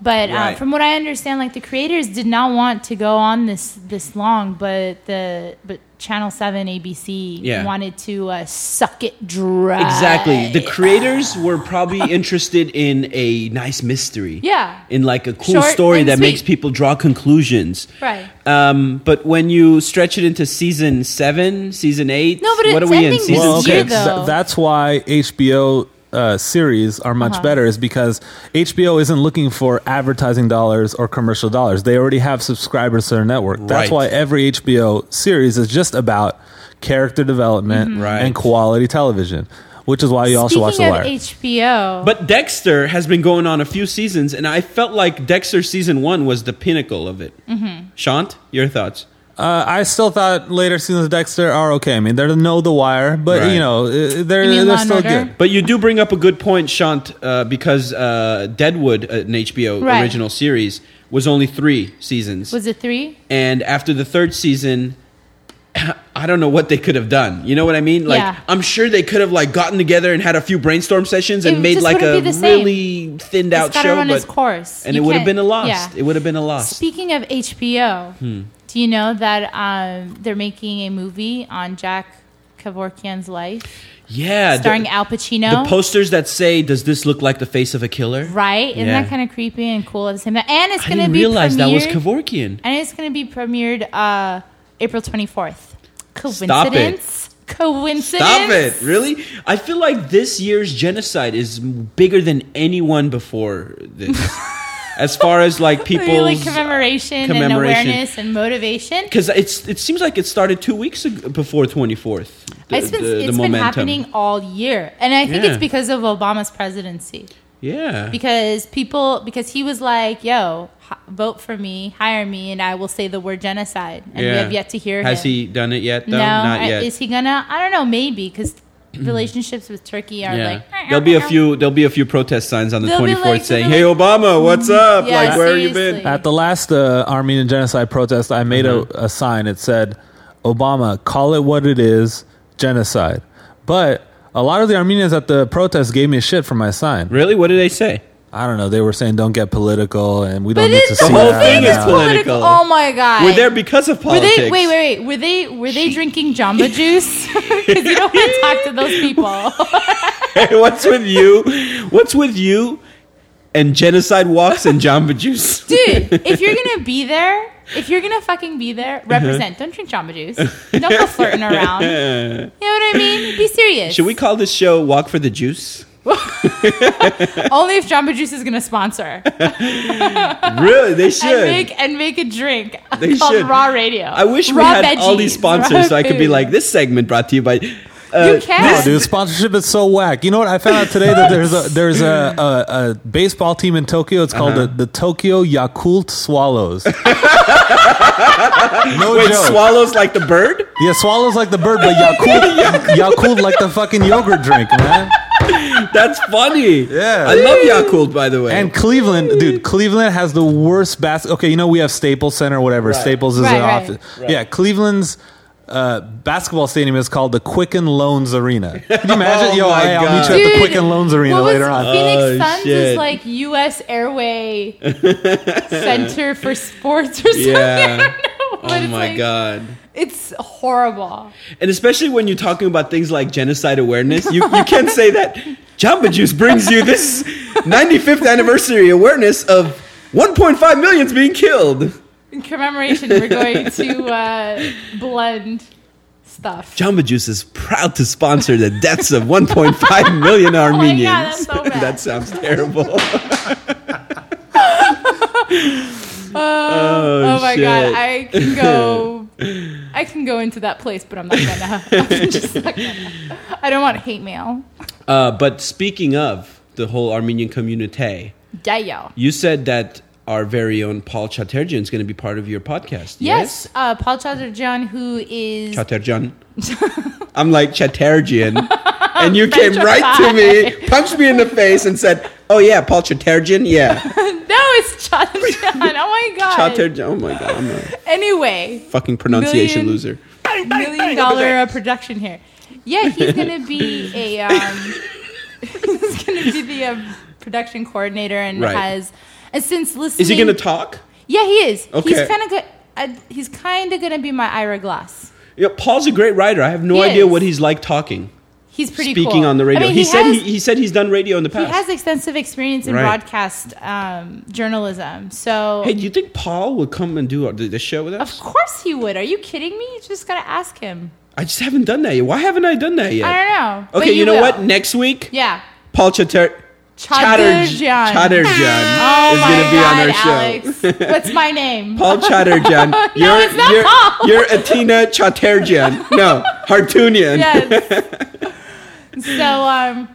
Speaker 3: But uh,
Speaker 2: Right.
Speaker 3: from what I understand, like the creators did not want to go on this this long, but the but Channel Seven ABC
Speaker 2: Yeah.
Speaker 3: wanted to uh, suck it dry.
Speaker 2: Exactly.
Speaker 3: Uh,
Speaker 2: The
Speaker 3: [LAUGHS]
Speaker 2: creators were probably interested in a nice mystery.
Speaker 3: Yeah.
Speaker 2: In like a cool
Speaker 3: Short
Speaker 2: story
Speaker 3: and
Speaker 2: that makes
Speaker 3: sweet.
Speaker 2: people draw conclusions.
Speaker 3: Right.
Speaker 2: Um, but when you stretch it into season seven, season eight,
Speaker 3: No, but
Speaker 2: what are
Speaker 3: it's
Speaker 2: we in?
Speaker 3: ending
Speaker 2: Season
Speaker 3: this year,
Speaker 2: six?
Speaker 3: though.
Speaker 4: th- that's why HBO uh, series are
Speaker 3: Uh-huh.
Speaker 4: much better is because HBO isn't looking for advertising dollars or commercial dollars. They already have subscribers to their network.
Speaker 2: Right.
Speaker 4: That's why every HBO series is just about character development
Speaker 2: Mm-hmm. Right.
Speaker 4: and quality television, which is why you also
Speaker 3: Speaking
Speaker 4: watch The
Speaker 3: of
Speaker 4: Wire.
Speaker 3: HBO,
Speaker 2: But Dexter has been going on a few seasons, and I felt like Dexter season one was the pinnacle of it. Mm-hmm. Shant, your thoughts?
Speaker 4: uh, I still thought later seasons of Dexter are okay. I mean, they're no The Wire, but
Speaker 2: Right.
Speaker 4: you know uh, they're
Speaker 3: You mean Law
Speaker 4: they're
Speaker 3: and
Speaker 4: still
Speaker 3: Order?
Speaker 4: good.
Speaker 2: But you do bring up a good point, Shant, uh, because uh, Deadwood, uh, an HBO
Speaker 3: Right.
Speaker 2: original series, was only three seasons.
Speaker 3: was it three?
Speaker 2: and after the third season [COUGHS] i don't know what they could have done you know what i mean like
Speaker 3: Yeah.
Speaker 2: i'm sure they could have like gotten together and had a few brainstorm sessions and
Speaker 3: It
Speaker 2: made
Speaker 3: just
Speaker 2: like
Speaker 3: wouldn't
Speaker 2: a
Speaker 3: be the same.
Speaker 2: really thinned out
Speaker 3: It's gotta
Speaker 2: show
Speaker 3: run
Speaker 2: but,
Speaker 3: its course.
Speaker 2: and
Speaker 3: You
Speaker 2: it would have
Speaker 3: can't-
Speaker 2: been a lost
Speaker 3: yeah.
Speaker 2: it would have been a lost
Speaker 3: Speaking of HBO,
Speaker 2: Hmm.
Speaker 3: do you know that um, they're making a movie on Jack Kevorkian's life?
Speaker 2: Yeah, the-
Speaker 3: starring Al Pacino.
Speaker 2: The posters that say, "Does this look like the face of a killer?"
Speaker 3: right? Isn't
Speaker 2: Yeah.
Speaker 3: that kind of creepy and cool at the same time? And it's
Speaker 2: I
Speaker 3: going to
Speaker 2: didn't
Speaker 3: be
Speaker 2: realize that was
Speaker 3: premiered-
Speaker 2: Kevorkian.
Speaker 3: And it's going to be premiered uh, April 24th. Coincidence?
Speaker 2: Stop it.
Speaker 3: Coincidence?
Speaker 2: Stop it! Really? I feel like this year's genocide is bigger than anyone before
Speaker 3: [LAUGHS]
Speaker 2: this. as far as like
Speaker 3: Maybe, like
Speaker 2: people's
Speaker 3: commemoration, and
Speaker 2: commemoration.
Speaker 3: awareness and motivation.
Speaker 2: because it's it seems like it started two weeks ago, before twenty fourth.
Speaker 3: It's been, it's been happening all year. And I think
Speaker 2: Yeah.
Speaker 3: it's because of Obama's presidency.
Speaker 2: Yeah,
Speaker 3: Because people, because he was like, yo, h- vote for me, hire me, and I will say the word genocide. And
Speaker 2: yeah.
Speaker 3: we have yet to hear
Speaker 2: Has
Speaker 3: him.
Speaker 2: he done it yet? Though?
Speaker 3: no,
Speaker 2: not
Speaker 3: I-
Speaker 2: yet.
Speaker 3: is he gonna? I don't know.
Speaker 2: [CLEARS THROAT]
Speaker 3: Maybe because relationships with Turkey are
Speaker 2: yeah,
Speaker 3: like
Speaker 2: there'll
Speaker 3: [LAUGHS]
Speaker 2: be a few. There'll be a few protest signs on the
Speaker 3: They'll be
Speaker 2: twenty
Speaker 3: like-
Speaker 2: fourth saying,
Speaker 3: they'll
Speaker 2: "Hey,
Speaker 3: be
Speaker 2: Obama, what's up?
Speaker 3: Yeah,
Speaker 2: like, where have you
Speaker 3: seriously.
Speaker 2: been?"
Speaker 4: At the last uh, Armenian genocide protest, I made a, a sign. It said, "Obama, call it what it is, genocide." But a lot of the Armenians at the protest gave me shit for my sign.
Speaker 2: Really? What did they say?
Speaker 4: I don't know. They were saying, "Don't get political," and we don't
Speaker 3: But
Speaker 4: need
Speaker 3: it's
Speaker 4: to
Speaker 3: the
Speaker 4: see
Speaker 2: whole
Speaker 4: that
Speaker 2: thing
Speaker 4: right
Speaker 2: is
Speaker 4: now."
Speaker 2: political.
Speaker 3: Oh my god!
Speaker 2: We're there because of
Speaker 3: Were
Speaker 2: politics.
Speaker 3: they? Wait, wait, wait. Were they? Were they drinking Jamba Juice? [LAUGHS] Because you don't want to talk to those
Speaker 2: [LAUGHS]
Speaker 3: people.
Speaker 2: what's with you? What's with you? And genocide walks and Jamba Juice. [LAUGHS]
Speaker 3: [LAUGHS] Dude, if you're gonna be there, if you're gonna fucking be
Speaker 2: Uh-huh.
Speaker 3: there, represent. Don't drink Jamba Juice. Don't
Speaker 2: [LAUGHS]
Speaker 3: go flirting around. You know what I mean? Be serious.
Speaker 2: Should we call this show "Walk for the Juice"?
Speaker 3: Only if Jamba Juice is gonna
Speaker 2: [LAUGHS]
Speaker 3: sponsor
Speaker 2: really?
Speaker 3: [LAUGHS]
Speaker 2: They
Speaker 3: and
Speaker 2: should.
Speaker 3: make and make a drink
Speaker 2: [LAUGHS] They
Speaker 3: called
Speaker 2: should.
Speaker 3: Raw Radio.
Speaker 2: I wish we
Speaker 3: Raw
Speaker 2: had all these
Speaker 3: veggies, raw
Speaker 2: sponsors so I could be
Speaker 3: food.
Speaker 2: like, this segment brought to you by. Uh,
Speaker 3: You can.
Speaker 4: No, dude, sponsorship is so whack. You know what? I found out today that there's a there's a, a, a baseball team in Tokyo. It's called the, the Tokyo Yakult Swallows. no
Speaker 2: Wait,
Speaker 4: joke.
Speaker 2: swallows like the bird?
Speaker 4: yeah, swallows like the bird, but Yakult Yakult like the fucking yogurt drink, man.
Speaker 2: That's funny.
Speaker 4: Yeah.
Speaker 2: I love Yakult, by the way.
Speaker 4: And Cleveland, dude, Cleveland has the worst basket. Okay, you know we have Staples Center, whatever. Staples is
Speaker 3: Right,
Speaker 4: an
Speaker 3: right.
Speaker 4: office. Yeah, Cleveland's uh, basketball stadium is called the Quicken Loans Arena. Can you imagine?
Speaker 2: Oh
Speaker 4: Yo,
Speaker 2: my
Speaker 4: hey, I'll meet you at
Speaker 3: Dude,
Speaker 4: the Quicken Loans Arena
Speaker 3: what was
Speaker 4: later on.
Speaker 2: Oh,
Speaker 3: Phoenix Suns
Speaker 2: shit.
Speaker 3: is like U.S.
Speaker 2: [LAUGHS]
Speaker 3: Airway Center for Sports or something. [LAUGHS]
Speaker 2: Yeah.
Speaker 3: I don't know. But
Speaker 2: oh
Speaker 3: it's
Speaker 2: my
Speaker 3: like,
Speaker 2: God.
Speaker 3: It's horrible.
Speaker 2: And especially when you're talking about things like genocide awareness, you, you can't say that Jamba Juice brings you this 95th anniversary awareness of 1.5 million's being killed.
Speaker 3: In commemoration, we're going to uh, blend stuff.
Speaker 2: Jamba Juice is proud to sponsor the deaths of 1.5 million Armenians.
Speaker 3: Oh that's so
Speaker 2: [LAUGHS]
Speaker 3: bad.
Speaker 2: that sounds terrible.
Speaker 3: oh,
Speaker 2: oh,
Speaker 3: my god,
Speaker 2: shit.
Speaker 3: I
Speaker 2: [LAUGHS]
Speaker 3: can go. I can go into that place, but I'm not gonna. [LAUGHS] I'm just not gonna. I don't want hate mail.
Speaker 2: Uh, but speaking of the whole Armenian community,
Speaker 3: Dayo.
Speaker 2: you said that our very own Paul Chatterjian is going to be part of your podcast.
Speaker 3: Yes, uh, Paul Chazarjan, who is
Speaker 2: Chatterjian. I'm like Chatterjian. And you came
Speaker 3: French
Speaker 2: right to me, punched me in the face, and said, Oh, yeah, Paul Chatterjian?
Speaker 3: [LAUGHS]
Speaker 2: Yeah.
Speaker 3: [LAUGHS] no, it's
Speaker 2: [LAUGHS]
Speaker 3: Chazarjan. Oh my god.
Speaker 2: Chatterjian. Oh, my God. I'm a
Speaker 3: anyway,
Speaker 2: fucking pronunciation loser.
Speaker 3: Million- million dollar uh, production here. Yeah, he's gonna be
Speaker 2: [LAUGHS]
Speaker 3: a um, [LAUGHS] he's gonna be the um, production coordinator and
Speaker 2: Right.
Speaker 3: has and since listening,
Speaker 2: Is he going to talk?
Speaker 3: Yeah, he is.
Speaker 2: Okay.
Speaker 3: he's kind of good. Uh, he's kind of gonna be my Ira Glass.
Speaker 2: Yeah, Paul's a great writer. I have no
Speaker 3: He
Speaker 2: idea
Speaker 3: is.
Speaker 2: what he's like talking,
Speaker 3: He's pretty
Speaker 2: speaking
Speaker 3: cool.
Speaker 2: on the radio.
Speaker 3: I mean,
Speaker 2: he,
Speaker 3: he,
Speaker 2: said
Speaker 3: has,
Speaker 2: he, he said he's done radio in the
Speaker 3: he
Speaker 2: past.
Speaker 3: has extensive experience in
Speaker 2: Right.
Speaker 3: broadcast um, journalism. So
Speaker 2: hey, do you think Paul would come and do the, the show with us?
Speaker 3: of course he would. Are you kidding me? You just gotta ask him.
Speaker 2: I just haven't done that yet. Why haven't I done that yet?
Speaker 3: I don't know. but
Speaker 2: Okay, you, know
Speaker 3: will.
Speaker 2: what? Next week,
Speaker 3: Yeah.
Speaker 2: Paul Chatter
Speaker 3: Chatterjan.
Speaker 2: Chatterjan
Speaker 3: Oh
Speaker 2: is
Speaker 3: my
Speaker 2: going to be
Speaker 3: God,
Speaker 2: on our show.
Speaker 3: Alex. What's
Speaker 2: [LAUGHS]
Speaker 3: my name? [LAUGHS]
Speaker 2: Paul Chatterjan.
Speaker 3: No,
Speaker 2: you're,
Speaker 3: it's not
Speaker 2: you're,
Speaker 3: Paul.
Speaker 2: You're Atina Chatterjan. No, Hartunian.
Speaker 3: yes. [LAUGHS] so um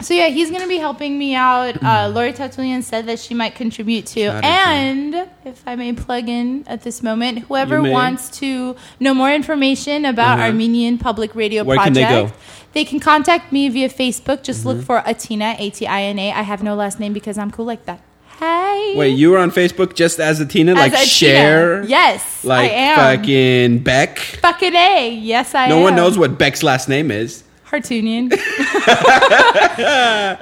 Speaker 3: so yeah, he's gonna be helping me out. Uh,
Speaker 2: Hmm.
Speaker 3: Lori Tatulian said that she might contribute to,
Speaker 2: Shout out to
Speaker 3: and if I may plug in at this moment, whoever
Speaker 2: You may. Uh-huh.
Speaker 3: wants to know more information about Armenian Public Radio
Speaker 2: Where can
Speaker 3: Project,
Speaker 2: they go? Mm-hmm.
Speaker 3: they can contact me via Facebook. Just look for Atina A T I N A. I have no last name because I'm cool like that. Hey,
Speaker 2: Wait, you were on Facebook just as Atina,
Speaker 3: As
Speaker 2: like
Speaker 3: Atina.
Speaker 2: share,
Speaker 3: Yes,
Speaker 2: like
Speaker 3: I am.
Speaker 2: fucking Beck.
Speaker 3: fucking a. Yes, I.
Speaker 2: No
Speaker 3: am.
Speaker 2: one knows what Beck's last name is. [LAUGHS]
Speaker 3: Hartunian.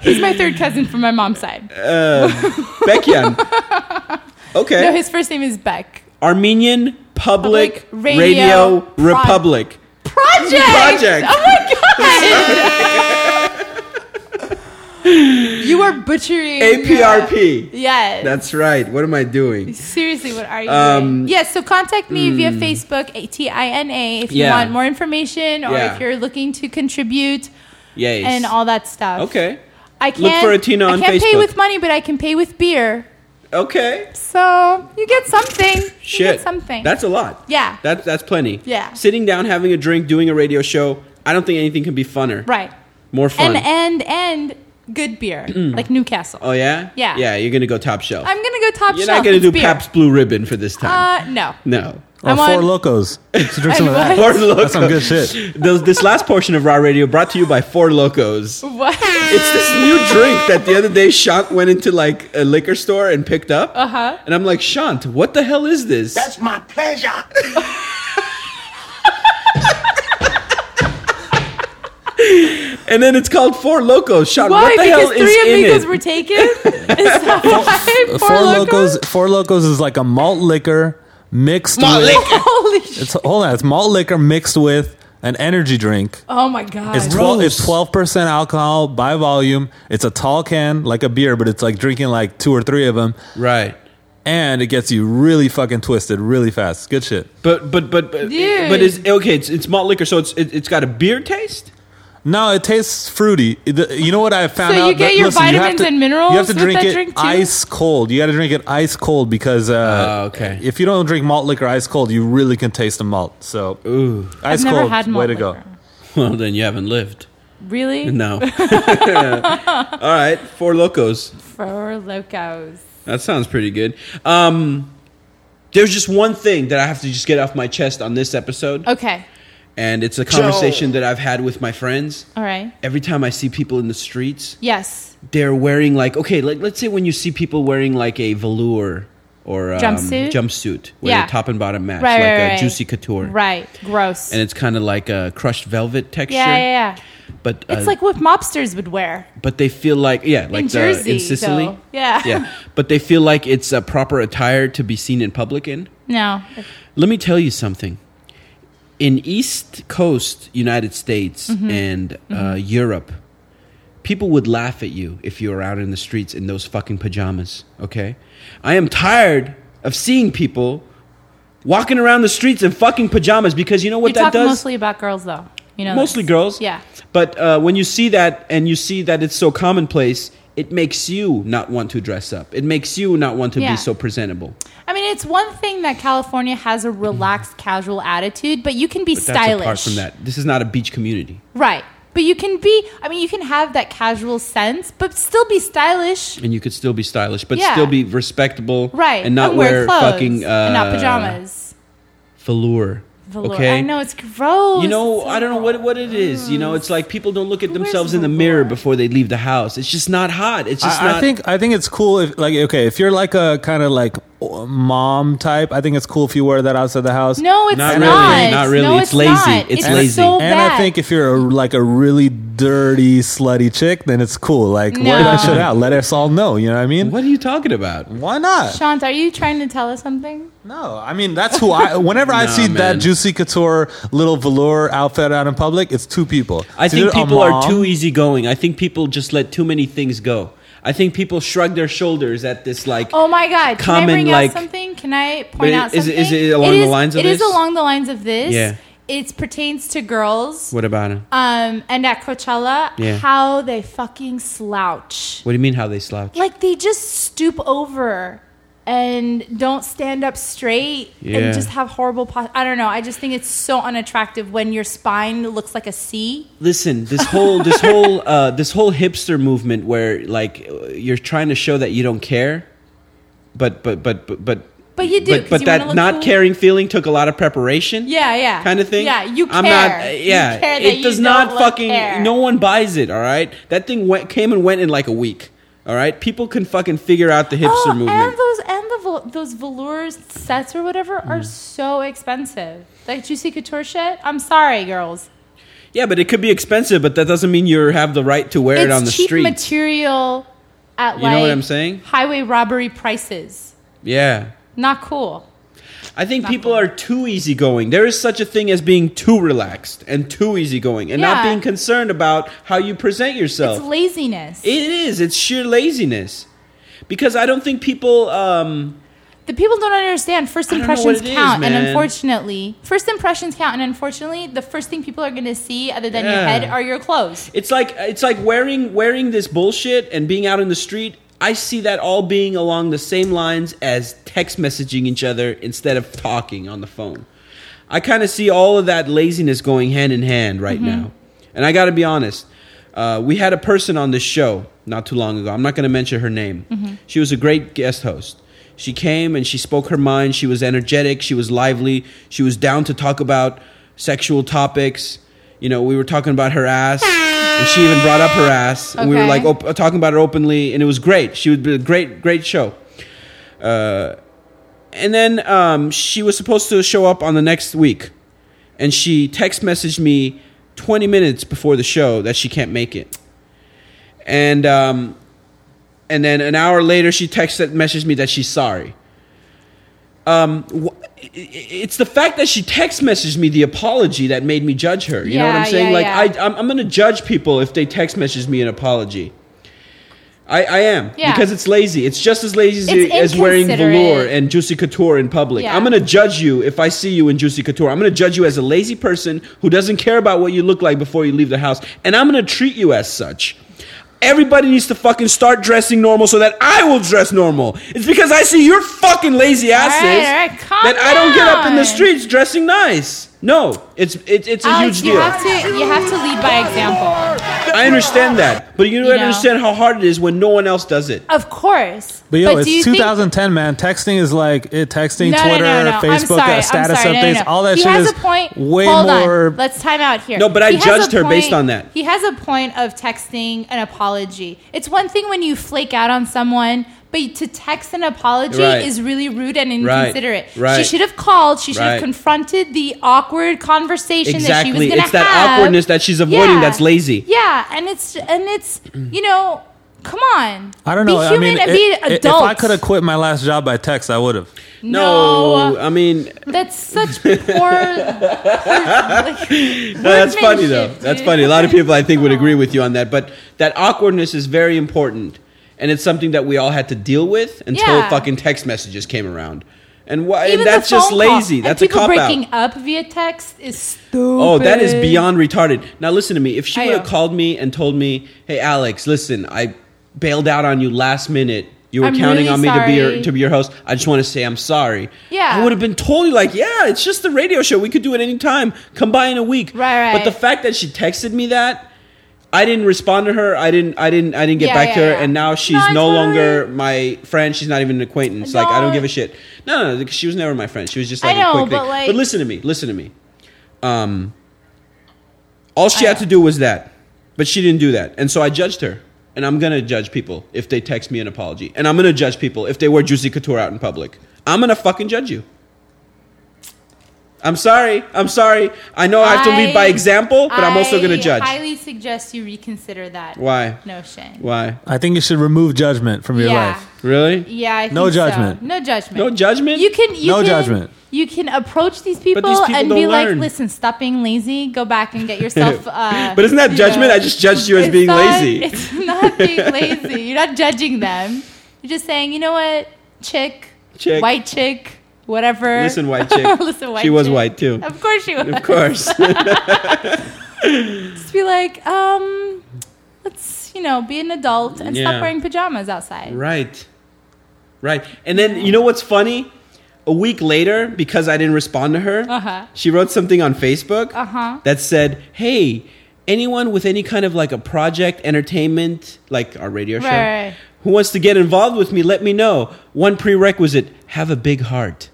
Speaker 3: He's my third cousin from my mom's side.
Speaker 2: Beckian.
Speaker 3: [LAUGHS]
Speaker 2: Okay.
Speaker 3: No, his first name is Beck.
Speaker 2: Armenian Public,
Speaker 3: Public
Speaker 2: Radio,
Speaker 3: Radio
Speaker 2: Republic.
Speaker 3: Project. project.
Speaker 2: Project.
Speaker 3: Oh my god. [LAUGHS] you are butchering
Speaker 2: APRP.
Speaker 3: Yes.
Speaker 2: That's right. What am I doing?
Speaker 3: Seriously, what are you
Speaker 2: Um, hmm.
Speaker 3: doing? Yes, so contact me via Facebook, A T I N A, if you
Speaker 2: Yeah.
Speaker 3: want more information or
Speaker 2: Yeah.
Speaker 3: if you're looking to contribute
Speaker 2: Yes.
Speaker 3: and all that stuff.
Speaker 2: Okay.
Speaker 3: I can't,
Speaker 2: for a Tina on
Speaker 3: I can't pay
Speaker 2: Facebook.
Speaker 3: with money, but I can pay with beer.
Speaker 2: Okay.
Speaker 3: So you get something.
Speaker 2: Shit.
Speaker 3: You get something.
Speaker 2: That's a lot.
Speaker 3: Yeah.
Speaker 2: That, that's plenty.
Speaker 3: Yeah.
Speaker 2: Sitting down, having a drink, doing a radio show. I don't think anything can be funner.
Speaker 3: right.
Speaker 2: More fun.
Speaker 3: And and and
Speaker 2: [CLEARS THROAT]
Speaker 3: good beer. Like Newcastle.
Speaker 2: oh, yeah?
Speaker 3: Yeah.
Speaker 2: Yeah, you're going to go top shelf.
Speaker 3: I'm gonna go top
Speaker 2: you're
Speaker 3: shelf.
Speaker 2: not going
Speaker 3: It's
Speaker 2: to do
Speaker 3: beer.
Speaker 2: Pabst Blue Ribbon for this time.
Speaker 3: Uh no.
Speaker 2: no.
Speaker 4: Or
Speaker 3: I'm
Speaker 4: Oh, four
Speaker 3: on- [LAUGHS]
Speaker 4: [LAUGHS] locos. Drink some of
Speaker 3: I'm on-
Speaker 4: that.
Speaker 2: Four Locos.
Speaker 4: That's some good shit.
Speaker 2: Those- this last portion of Raw Radio brought to you by Four Locos.
Speaker 3: What?
Speaker 2: It's this new drink that the other day Shant went into like a liquor store and picked up.
Speaker 3: Uh-huh.
Speaker 2: And I'm like, Shant, what the hell is this?
Speaker 8: my pleasure.
Speaker 2: [LAUGHS] and then it's called Four Locos. Shant,
Speaker 3: Why?
Speaker 2: what the
Speaker 3: because
Speaker 2: hell is
Speaker 3: three
Speaker 2: in
Speaker 3: amigos
Speaker 2: it? [LAUGHS]
Speaker 3: were taken. Is that why?
Speaker 4: Four, locos. Four locos is like a malt liquor mixed
Speaker 2: Malt
Speaker 4: with.
Speaker 2: liquor.
Speaker 3: [LAUGHS] Holy shit!
Speaker 4: It's, hold on, it's malt liquor mixed with an energy drink.
Speaker 3: Oh my god!
Speaker 4: It's twelve. It's twelve percent alcohol by volume. It's a tall can, like a beer, but it's like drinking like two or three of them,
Speaker 2: Right.
Speaker 4: and it gets you really fucking twisted really fast. Good shit.
Speaker 2: But but but but,
Speaker 3: Dude.
Speaker 2: but it's okay. It's, it's malt liquor, so it's it, it's got a beer taste.
Speaker 4: No, it tastes fruity. The- You know what I found
Speaker 3: So
Speaker 4: out?
Speaker 3: you get your vitamins and minerals
Speaker 4: You have to
Speaker 3: with
Speaker 4: drink
Speaker 3: that
Speaker 4: it
Speaker 3: drink too?
Speaker 4: ice cold. You got to drink it ice cold because uh,
Speaker 2: Oh, okay. [LAUGHS]
Speaker 4: if you don't drink malt liquor ice cold, you really can taste the malt. So
Speaker 2: Ooh.
Speaker 4: ice
Speaker 3: I've never
Speaker 4: cold,
Speaker 3: had
Speaker 4: way
Speaker 3: malt
Speaker 4: to go.
Speaker 3: liquor.
Speaker 2: Well, then you haven't lived.
Speaker 3: Really?
Speaker 2: No. [LAUGHS] All right, Four Locos.
Speaker 3: For locos.
Speaker 2: That sounds pretty good. Um, there's just one thing that I have to just get off my chest on this episode,
Speaker 3: Okay.
Speaker 2: and it's a conversation that I've had with my friends.
Speaker 3: All right.
Speaker 2: Every time I see people in the streets,
Speaker 3: Yes.
Speaker 2: they're wearing like okay, like let's say when you see people wearing like a velour or um,
Speaker 3: Jumpsuit?
Speaker 2: jumpsuit, where
Speaker 3: Yeah.
Speaker 2: the top and bottom match,
Speaker 3: Right,
Speaker 2: like
Speaker 3: right,
Speaker 2: a
Speaker 3: right.
Speaker 2: juicy couture,
Speaker 3: Right. Gross.
Speaker 2: and it's kind of like a crushed velvet texture.
Speaker 3: yeah, yeah, yeah.
Speaker 2: But uh,
Speaker 3: It's like what mobsters would wear
Speaker 2: but they feel like yeah, like
Speaker 3: in
Speaker 2: the,
Speaker 3: Jersey.
Speaker 2: in Sicily.
Speaker 3: though. Yeah. [LAUGHS]
Speaker 2: yeah, but they feel like it's a proper attire to be seen in public in.
Speaker 3: no.
Speaker 2: Let me tell you something. In East Coast United States
Speaker 3: Mm-hmm.
Speaker 2: and Uh, Europe, people would laugh at you if you were out in the streets in those fucking pajamas, okay? I am tired of seeing people walking around the streets in fucking pajamas because you know what
Speaker 3: You're
Speaker 2: that
Speaker 3: talking
Speaker 2: does?
Speaker 3: mostly about girls, though. You know.
Speaker 2: Mostly
Speaker 3: this.
Speaker 2: girls.
Speaker 3: Yeah.
Speaker 2: But uh, when you see that and you see that it's so commonplace, it makes you not want to dress up. It makes you not want to
Speaker 3: Yeah.
Speaker 2: be so presentable.
Speaker 3: I mean, it's one thing that California has a relaxed, casual attitude, but you can be
Speaker 2: Mm. That's
Speaker 3: stylish.
Speaker 2: apart from that. This is not a beach community.
Speaker 3: Right. But you can be, I mean, you can have that casual sense, but still be stylish.
Speaker 2: and you could still be stylish, but
Speaker 3: Yeah.
Speaker 2: still be respectable,
Speaker 3: Right.
Speaker 2: And not wear, fucking uh,
Speaker 3: and not pajamas.
Speaker 2: velour.
Speaker 3: Velour.
Speaker 2: Okay,
Speaker 3: I know it's gross.
Speaker 2: You know,
Speaker 3: It's so
Speaker 2: I don't know what what it is. You know, it's like people don't look at
Speaker 3: Where's
Speaker 2: themselves in the
Speaker 3: velour?
Speaker 2: mirror before they leave the house. It's just not hot. It's just
Speaker 4: I,
Speaker 2: not.
Speaker 4: I think I think it's cool if like okay if you're like a kind of like mom type. I think it's cool if you wear that outside the house.
Speaker 3: No, it's
Speaker 2: Not
Speaker 3: not.
Speaker 2: really, not really.
Speaker 3: No,
Speaker 2: It's lazy.
Speaker 3: not.
Speaker 2: It's
Speaker 3: It's
Speaker 2: lazy.
Speaker 3: so
Speaker 4: and
Speaker 3: bad.
Speaker 4: I think if you're a, like a really dirty slutty chick, then it's cool. Like wear that
Speaker 3: No.
Speaker 4: shit out. Let us all know. You know what I mean?
Speaker 2: What are you talking about?
Speaker 4: Why not?
Speaker 3: Shant, are you trying to tell us something?
Speaker 4: No, I mean that's who I. Whenever I
Speaker 2: [LAUGHS] Nah,
Speaker 4: see that
Speaker 2: man.
Speaker 4: juicy couture little velour outfit out in public, it's two people.
Speaker 2: I
Speaker 4: It's
Speaker 2: think
Speaker 4: either a
Speaker 2: people are
Speaker 4: mom-
Speaker 2: too easygoing. I think people just let too many things go. I think people shrug their shoulders at this like
Speaker 3: Oh my God! Can
Speaker 2: Common,
Speaker 3: I bring
Speaker 2: like-
Speaker 3: out something? Can I
Speaker 2: But
Speaker 3: point out
Speaker 2: is
Speaker 3: something?
Speaker 2: it- is it along the lines of
Speaker 3: It is
Speaker 2: this?
Speaker 3: along the lines of this.
Speaker 2: Yeah.
Speaker 3: It pertains to girls.
Speaker 2: what about him?
Speaker 3: Um, and at Coachella,
Speaker 2: Yeah.
Speaker 3: how they fucking slouch.
Speaker 2: What do you mean how they slouch?
Speaker 3: Like they just stoop over and don't stand up straight
Speaker 2: Yeah.
Speaker 3: and just have horrible pos- I don't know. I just think it's so unattractive when your spine looks like a C.
Speaker 2: Listen, this
Speaker 3: [LAUGHS]
Speaker 2: whole this whole uh, this whole hipster movement where like you're trying to show that you don't care, but but but but but
Speaker 3: But you do,
Speaker 2: But,
Speaker 3: 'cause
Speaker 2: but
Speaker 3: you wanna
Speaker 2: that
Speaker 3: look
Speaker 2: not
Speaker 3: cool.
Speaker 2: caring feeling took a lot of preparation.
Speaker 3: Yeah, yeah.
Speaker 2: Kind of thing.
Speaker 3: Yeah, you care.
Speaker 2: I'm not. Yeah,
Speaker 3: You care that
Speaker 2: it
Speaker 3: you
Speaker 2: does
Speaker 3: don't
Speaker 2: not
Speaker 3: look
Speaker 2: fucking.
Speaker 3: care.
Speaker 2: No one buys it. All right, that thing went came and went in like a week. All right, people can fucking figure out the hipster
Speaker 3: oh,
Speaker 2: movement.
Speaker 3: and those and the vel- those velour sets or whatever
Speaker 2: Mm.
Speaker 3: are so expensive. Like juicy couture shit. I'm sorry, girls.
Speaker 2: yeah, but it could be expensive, but that doesn't mean you have the right to wear it
Speaker 3: it's
Speaker 2: on the
Speaker 3: cheap
Speaker 2: street.
Speaker 3: material at
Speaker 2: You
Speaker 3: like
Speaker 2: know what I'm saying?
Speaker 3: highway robbery prices.
Speaker 2: yeah.
Speaker 3: Not cool.
Speaker 2: I think
Speaker 3: Not
Speaker 2: people
Speaker 3: cool.
Speaker 2: are too easygoing. There is such a thing as being too relaxed and too easygoing and not
Speaker 3: Yeah.
Speaker 2: being concerned about how you present yourself.
Speaker 3: It's laziness.
Speaker 2: it is. It's sheer laziness. Because I don't think people. Um,
Speaker 3: the people don't understand first
Speaker 2: don't know what
Speaker 3: impressions
Speaker 2: it is,
Speaker 3: count and
Speaker 2: man.
Speaker 3: unfortunately first impressions count and unfortunately the first thing people are going to see other than your
Speaker 2: Yeah.
Speaker 3: head are your clothes
Speaker 2: it's like it's like wearing wearing this bullshit and being out in the street. I see that all being along the same lines as text messaging each other instead of talking on the phone. I kind of see all of that laziness going hand in hand right
Speaker 3: Mm-hmm.
Speaker 2: now. And I got to be honest, uh, we had a person on this show not too long ago. I'm not going to mention her name. She was a great guest host. She came and she spoke her mind. She was energetic. She was lively. She was down to talk about sexual topics. You know, we were talking about her ass, and she even brought up her ass, and we were
Speaker 3: Okay.
Speaker 2: like op- talking about it openly, and it was great. She would be a great, great show Uh, and then um, she was supposed to show up on the next week, and she text messaged me 20 minutes before the show that she can't make it, and um, and then an hour later she text messaged me that she's sorry. Um, wh- i- i- it's the fact that she text messaged me the apology that made me judge her. You know what
Speaker 3: Yeah,
Speaker 2: I'm saying?
Speaker 3: yeah,
Speaker 2: like
Speaker 3: yeah.
Speaker 2: I, I'm, I'm gonna judge people if they text message me an apology. I, I am
Speaker 3: Yeah.
Speaker 2: because it's lazy. It's just as lazy as,
Speaker 3: It's
Speaker 2: as wearing velour
Speaker 3: inconsiderate.
Speaker 2: and Juicy Couture in public.
Speaker 3: Yeah.
Speaker 2: I'm gonna judge you if I see you in Juicy Couture. I'm gonna judge you as a lazy person who doesn't care about what you look like before you leave the house, and I'm gonna treat you as such. Everybody needs to fucking start dressing normal so that I will dress normal. It's because I see your fucking lazy asses
Speaker 3: right, all right, calm
Speaker 2: that I don't get up in the
Speaker 3: down.
Speaker 2: streets dressing nice. No, it's it's it's a
Speaker 3: Alex,
Speaker 2: huge
Speaker 3: you
Speaker 2: deal.
Speaker 3: have to you have to lead by example
Speaker 2: I
Speaker 3: [LAUGHS]
Speaker 2: understand that, but you don't
Speaker 3: You know.
Speaker 2: understand how hard it is when no one else does it.
Speaker 3: of course
Speaker 4: But yo,
Speaker 3: do you
Speaker 4: it's
Speaker 3: think-
Speaker 4: 2010, man. Texting is like it. Texting,
Speaker 3: No, no, no,
Speaker 4: Twitter,
Speaker 3: no, I'm
Speaker 4: Facebook, uh,
Speaker 3: sorry, I'm
Speaker 4: status
Speaker 3: sorry, no, no,
Speaker 4: updates,
Speaker 3: no.
Speaker 4: all that
Speaker 3: he
Speaker 4: shit
Speaker 3: has
Speaker 4: is
Speaker 3: a point.
Speaker 4: way
Speaker 3: Hold on.
Speaker 4: more.
Speaker 3: Let's time out here.
Speaker 2: No, but I
Speaker 3: He has
Speaker 2: judged
Speaker 3: a
Speaker 2: her based on that.
Speaker 3: He has a point of texting an apology. It's one thing when you flake out on someone, but to text an apology
Speaker 2: Right.
Speaker 3: is really rude and
Speaker 2: Right.
Speaker 3: inconsiderate. She
Speaker 2: Right.
Speaker 3: should have called. She should
Speaker 2: Right.
Speaker 3: have confronted the awkward conversation that she was
Speaker 2: Exactly.
Speaker 3: going to have.
Speaker 2: It's that awkwardness that she's avoiding
Speaker 3: Yeah.
Speaker 2: that's lazy.
Speaker 3: Yeah, and it's and it's you know, come on.
Speaker 4: I don't know.
Speaker 3: Be human
Speaker 4: I mean,
Speaker 3: and
Speaker 4: it-
Speaker 3: be
Speaker 4: it- if
Speaker 3: adult.
Speaker 4: I could have quit my last job by text, I would have.
Speaker 3: no.
Speaker 2: I mean,
Speaker 3: That's such
Speaker 2: [LAUGHS]
Speaker 3: poor. poor like,
Speaker 2: No, that's funny
Speaker 3: Workmanship,
Speaker 2: though.
Speaker 3: dude.
Speaker 2: That's funny. A lot of people I think would agree with you on that, but that awkwardness is very important, and it's something that we all had to deal with until
Speaker 3: Yeah.
Speaker 2: fucking text messages came around. And why? And
Speaker 3: Even the
Speaker 2: that's just
Speaker 3: phone call.
Speaker 2: lazy.
Speaker 3: And
Speaker 2: That's a
Speaker 3: people
Speaker 2: cop out.
Speaker 3: breaking up via text is stupid.
Speaker 2: Oh, that is beyond retarded. Now listen to me. If she
Speaker 3: I
Speaker 2: would
Speaker 3: know.
Speaker 2: have called me and told me, "Hey Alex, listen, I bailed out on you last minute. You were
Speaker 3: I'm
Speaker 2: counting
Speaker 3: really
Speaker 2: on me to be your
Speaker 3: sorry."
Speaker 2: to be your host. I just want to say I'm sorry."
Speaker 3: Yeah.
Speaker 2: I would have been totally like, "Yeah, it's just the radio show. We could do it any time. Come by in a week."
Speaker 3: Right,
Speaker 2: But the
Speaker 3: right.
Speaker 2: fact that she texted me that. I didn't respond to her. I didn't. I didn't. I didn't get
Speaker 3: Yeah,
Speaker 2: back to
Speaker 3: yeah,
Speaker 2: her,
Speaker 3: yeah.
Speaker 2: and now she's
Speaker 3: No,
Speaker 2: no,
Speaker 3: totally.
Speaker 2: longer my friend. She's not even an acquaintance. Like I don't give a shit. No, no, no. She was never my friend. She was just
Speaker 3: I
Speaker 2: like
Speaker 3: know,
Speaker 2: a quick
Speaker 3: but
Speaker 2: thing.
Speaker 3: like-
Speaker 2: but listen to me. Listen to me. Um, All she had to do was that, but she didn't do that, and so I judged her. And I'm gonna judge people if they text me an apology, and I'm gonna judge people if they wear Juicy Couture out in public. I'm gonna fucking judge you. I'm sorry. I'm sorry. I know I have to lead by
Speaker 3: I-
Speaker 2: example, but I, am also gonna judge.
Speaker 3: I highly suggest you reconsider that
Speaker 2: Why?
Speaker 3: notion.
Speaker 2: Why?
Speaker 4: I think you should remove judgment from your
Speaker 3: yeah. [LAUGHS]
Speaker 4: life.
Speaker 2: Really?
Speaker 3: Yeah, I
Speaker 4: No
Speaker 3: think so.
Speaker 4: judgment.
Speaker 3: No judgment.
Speaker 2: No judgment.
Speaker 3: You can. You
Speaker 4: No
Speaker 3: can,
Speaker 4: judgment.
Speaker 3: You can approach these people,
Speaker 2: these people
Speaker 3: and
Speaker 2: don't
Speaker 3: be like,
Speaker 2: learn.
Speaker 3: "Listen, stop being lazy. Go back and
Speaker 2: [LAUGHS]
Speaker 3: get yourself." Uh,
Speaker 2: But isn't that
Speaker 3: you
Speaker 2: judgment? I just judged you as
Speaker 3: It's
Speaker 2: being
Speaker 3: not-
Speaker 2: lazy.
Speaker 3: It's
Speaker 2: [LAUGHS]
Speaker 3: not being lazy. You're not judging them. You're just saying, you know what, chick,
Speaker 2: Chick.
Speaker 3: white chick, whatever.
Speaker 2: Listen,
Speaker 3: [LAUGHS]
Speaker 2: white chick.
Speaker 3: Listen, white
Speaker 2: she was
Speaker 3: chick.
Speaker 2: white
Speaker 3: [LAUGHS]
Speaker 2: too.
Speaker 3: Of course she was.
Speaker 2: Of course.
Speaker 3: Just be like, um, let's you know, be an adult and
Speaker 2: Yeah.
Speaker 3: stop wearing pajamas outside.
Speaker 2: Right. Right. And then you know what's funny? A week later, because I didn't respond to her,
Speaker 3: Uh-huh.
Speaker 2: she wrote something on Facebook
Speaker 3: Uh-huh.
Speaker 2: that said, Hey, anyone with any kind of like a project, entertainment, like our radio show,
Speaker 3: Right, right.
Speaker 2: who wants to get involved with me, let me know. One prerequisite have a big heart.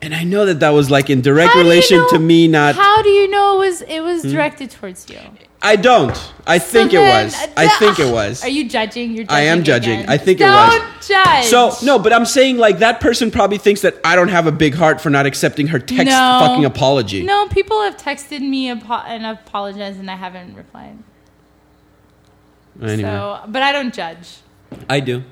Speaker 2: And I know that that was like in direct
Speaker 3: How do you
Speaker 2: relation
Speaker 3: know-
Speaker 2: to me not.
Speaker 3: How do you know it was it was directed towards you?
Speaker 2: I don't. I think it
Speaker 3: then- uh,
Speaker 2: was. I think
Speaker 3: [LAUGHS]
Speaker 2: it was.
Speaker 3: Are you judging? You're judging
Speaker 2: I am judging.
Speaker 3: again.
Speaker 2: I think it
Speaker 3: Don't
Speaker 2: was.
Speaker 3: judge.
Speaker 2: So no, but I'm saying like that person probably thinks that I don't have a big heart for not accepting her text
Speaker 3: No.
Speaker 2: fucking apology.
Speaker 3: No, people have texted me apo- and apologized, and I haven't replied.
Speaker 2: Anyway,
Speaker 3: So, but I don't judge.
Speaker 2: I do.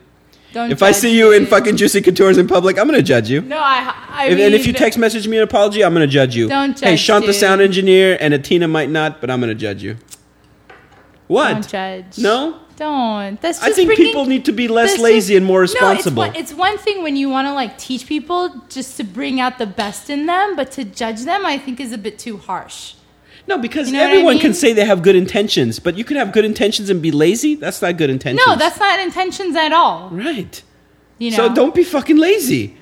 Speaker 3: Don't
Speaker 2: if I
Speaker 3: judge
Speaker 2: see you in
Speaker 3: me.
Speaker 2: fucking Juicy Couture's in public, I'm gonna judge you.
Speaker 3: No, I. I
Speaker 2: If-
Speaker 3: mean,
Speaker 2: and if you text message me an apology, I'm gonna judge you.
Speaker 3: Don't
Speaker 2: Hey,
Speaker 3: judge,
Speaker 2: Shant the
Speaker 3: dude.
Speaker 2: sound engineer and Atina might not, but I'm gonna judge you. What?
Speaker 3: don't judge.
Speaker 2: No?
Speaker 3: don't. That's
Speaker 2: I
Speaker 3: just
Speaker 2: think
Speaker 3: freaking-
Speaker 2: people need to be less
Speaker 3: that's
Speaker 2: lazy
Speaker 3: just-
Speaker 2: and more
Speaker 3: No, it's one-
Speaker 2: responsible.
Speaker 3: it's, one, thing when you want to like teach people just to bring out the best in them, but to judge them, I think is a bit too harsh.
Speaker 2: no, because
Speaker 3: You know what I
Speaker 2: everyone can
Speaker 3: mean?
Speaker 2: say they have good intentions, but you can have good intentions and be lazy. That's not good intentions.
Speaker 3: No, that's not intentions at all.
Speaker 2: right.
Speaker 3: You know,
Speaker 2: So don't be fucking lazy.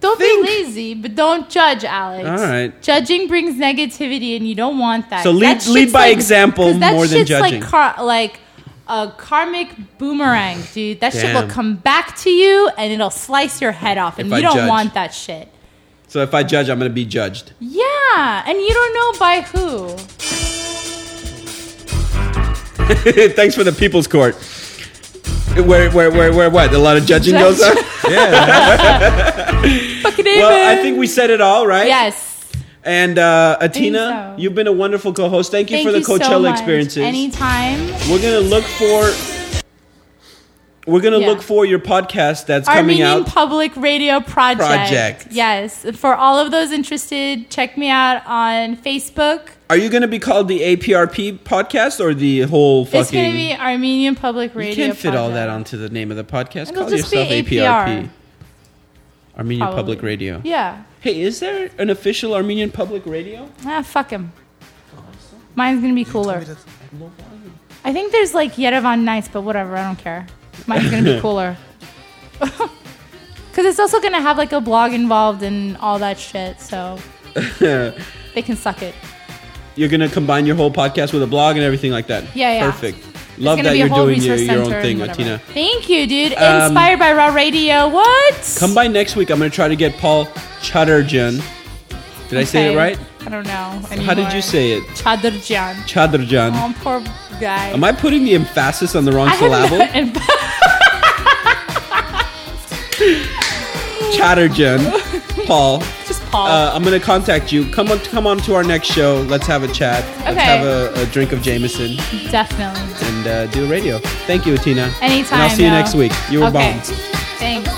Speaker 3: Don't
Speaker 2: think.
Speaker 3: be lazy, but don't judge, Alex.
Speaker 2: All right.
Speaker 3: Judging brings negativity, and you don't want that.
Speaker 2: So lead-
Speaker 3: That shit's
Speaker 2: lead by example
Speaker 3: 'cause that
Speaker 2: more than
Speaker 3: shit's
Speaker 2: judging.
Speaker 3: Like, car- like a karmic boomerang, dude. That shit
Speaker 2: Damn.
Speaker 3: will come back to you, and it'll slice your head off, and
Speaker 2: If
Speaker 3: you
Speaker 2: I
Speaker 3: don't
Speaker 2: judge.
Speaker 3: want that shit.
Speaker 2: So if I judge, I'm gonna be
Speaker 3: [LAUGHS]
Speaker 2: judged.
Speaker 3: Yeah, and you don't know by who.
Speaker 2: Thanks for the people's court. Where, where, where, where, what? A lot of judging goes on?
Speaker 3: Fucking
Speaker 2: [LAUGHS] Well, I think we said it all, right?
Speaker 3: Yes.
Speaker 2: And uh, Atina,
Speaker 3: so.
Speaker 2: you've been a wonderful co-host. Thank you
Speaker 3: Thank
Speaker 2: for the
Speaker 3: you so
Speaker 2: Coachella
Speaker 3: much.
Speaker 2: experiences.
Speaker 3: Anytime.
Speaker 2: we're gonna look for we're gonna
Speaker 3: Yeah.
Speaker 2: look for your podcast that's coming
Speaker 3: Armenian
Speaker 2: out.
Speaker 3: Public Radio Project.
Speaker 2: Project.
Speaker 3: Yes. For all of those interested, check me out on Facebook.
Speaker 2: Are you gonna be called the APRP podcast or the whole fucking?
Speaker 3: It's going to be Armenian Public Radio
Speaker 2: you can't fit all that
Speaker 3: Project.
Speaker 2: onto the name of the podcast.
Speaker 3: It'll
Speaker 2: Call
Speaker 3: just be
Speaker 2: yourself
Speaker 3: APR,
Speaker 2: APRP. Armenian
Speaker 3: probably.
Speaker 2: Public Radio.
Speaker 3: Yeah.
Speaker 2: Hey, is there an official Armenian Public Radio?
Speaker 3: Ah, fuck him. Mine's going to be cooler. I think there's like Yerevan Nights, but whatever. I don't care. Mine's going
Speaker 2: [LAUGHS]
Speaker 3: to be cooler. [LAUGHS] Because it's also going to have like a blog involved and all that
Speaker 2: [LAUGHS]
Speaker 3: shit. So they can suck it.
Speaker 2: You're gonna combine your whole podcast with a blog and everything like that.
Speaker 3: Yeah, yeah.
Speaker 2: Perfect. Love
Speaker 3: it's gonna
Speaker 2: that
Speaker 3: be
Speaker 2: you're
Speaker 3: a whole
Speaker 2: doing your,
Speaker 3: resource
Speaker 2: your own
Speaker 3: center
Speaker 2: thing,
Speaker 3: and whatever.
Speaker 2: Atina.
Speaker 3: Thank you, dude.
Speaker 2: Um,
Speaker 3: Inspired by Raw Radio. What?
Speaker 2: Come by next week. I'm going to try to get Paul Chatterjan. Did I say it
Speaker 3: Okay.
Speaker 2: right?
Speaker 3: I don't know.
Speaker 2: How did you say it?
Speaker 3: Chadurjan.
Speaker 2: Chatterjan.
Speaker 3: Oh, poor guy.
Speaker 2: Am I putting the emphasis on the wrong
Speaker 3: I have
Speaker 2: syllable?
Speaker 3: no- and- [LAUGHS]
Speaker 2: Chatterjan. Paul.
Speaker 3: [LAUGHS] just Paul.
Speaker 2: Uh, I'm going to contact you. Come on, come on to our next show. Let's have a chat. Let's
Speaker 3: Okay.
Speaker 2: have a, a drink of Jameson
Speaker 3: Definitely.
Speaker 2: and uh, do radio. Thank you, Atina.
Speaker 3: Anytime.
Speaker 2: And I'll see you
Speaker 3: yo.
Speaker 2: next week. You were
Speaker 3: okay.
Speaker 2: bombed.
Speaker 3: Thanks.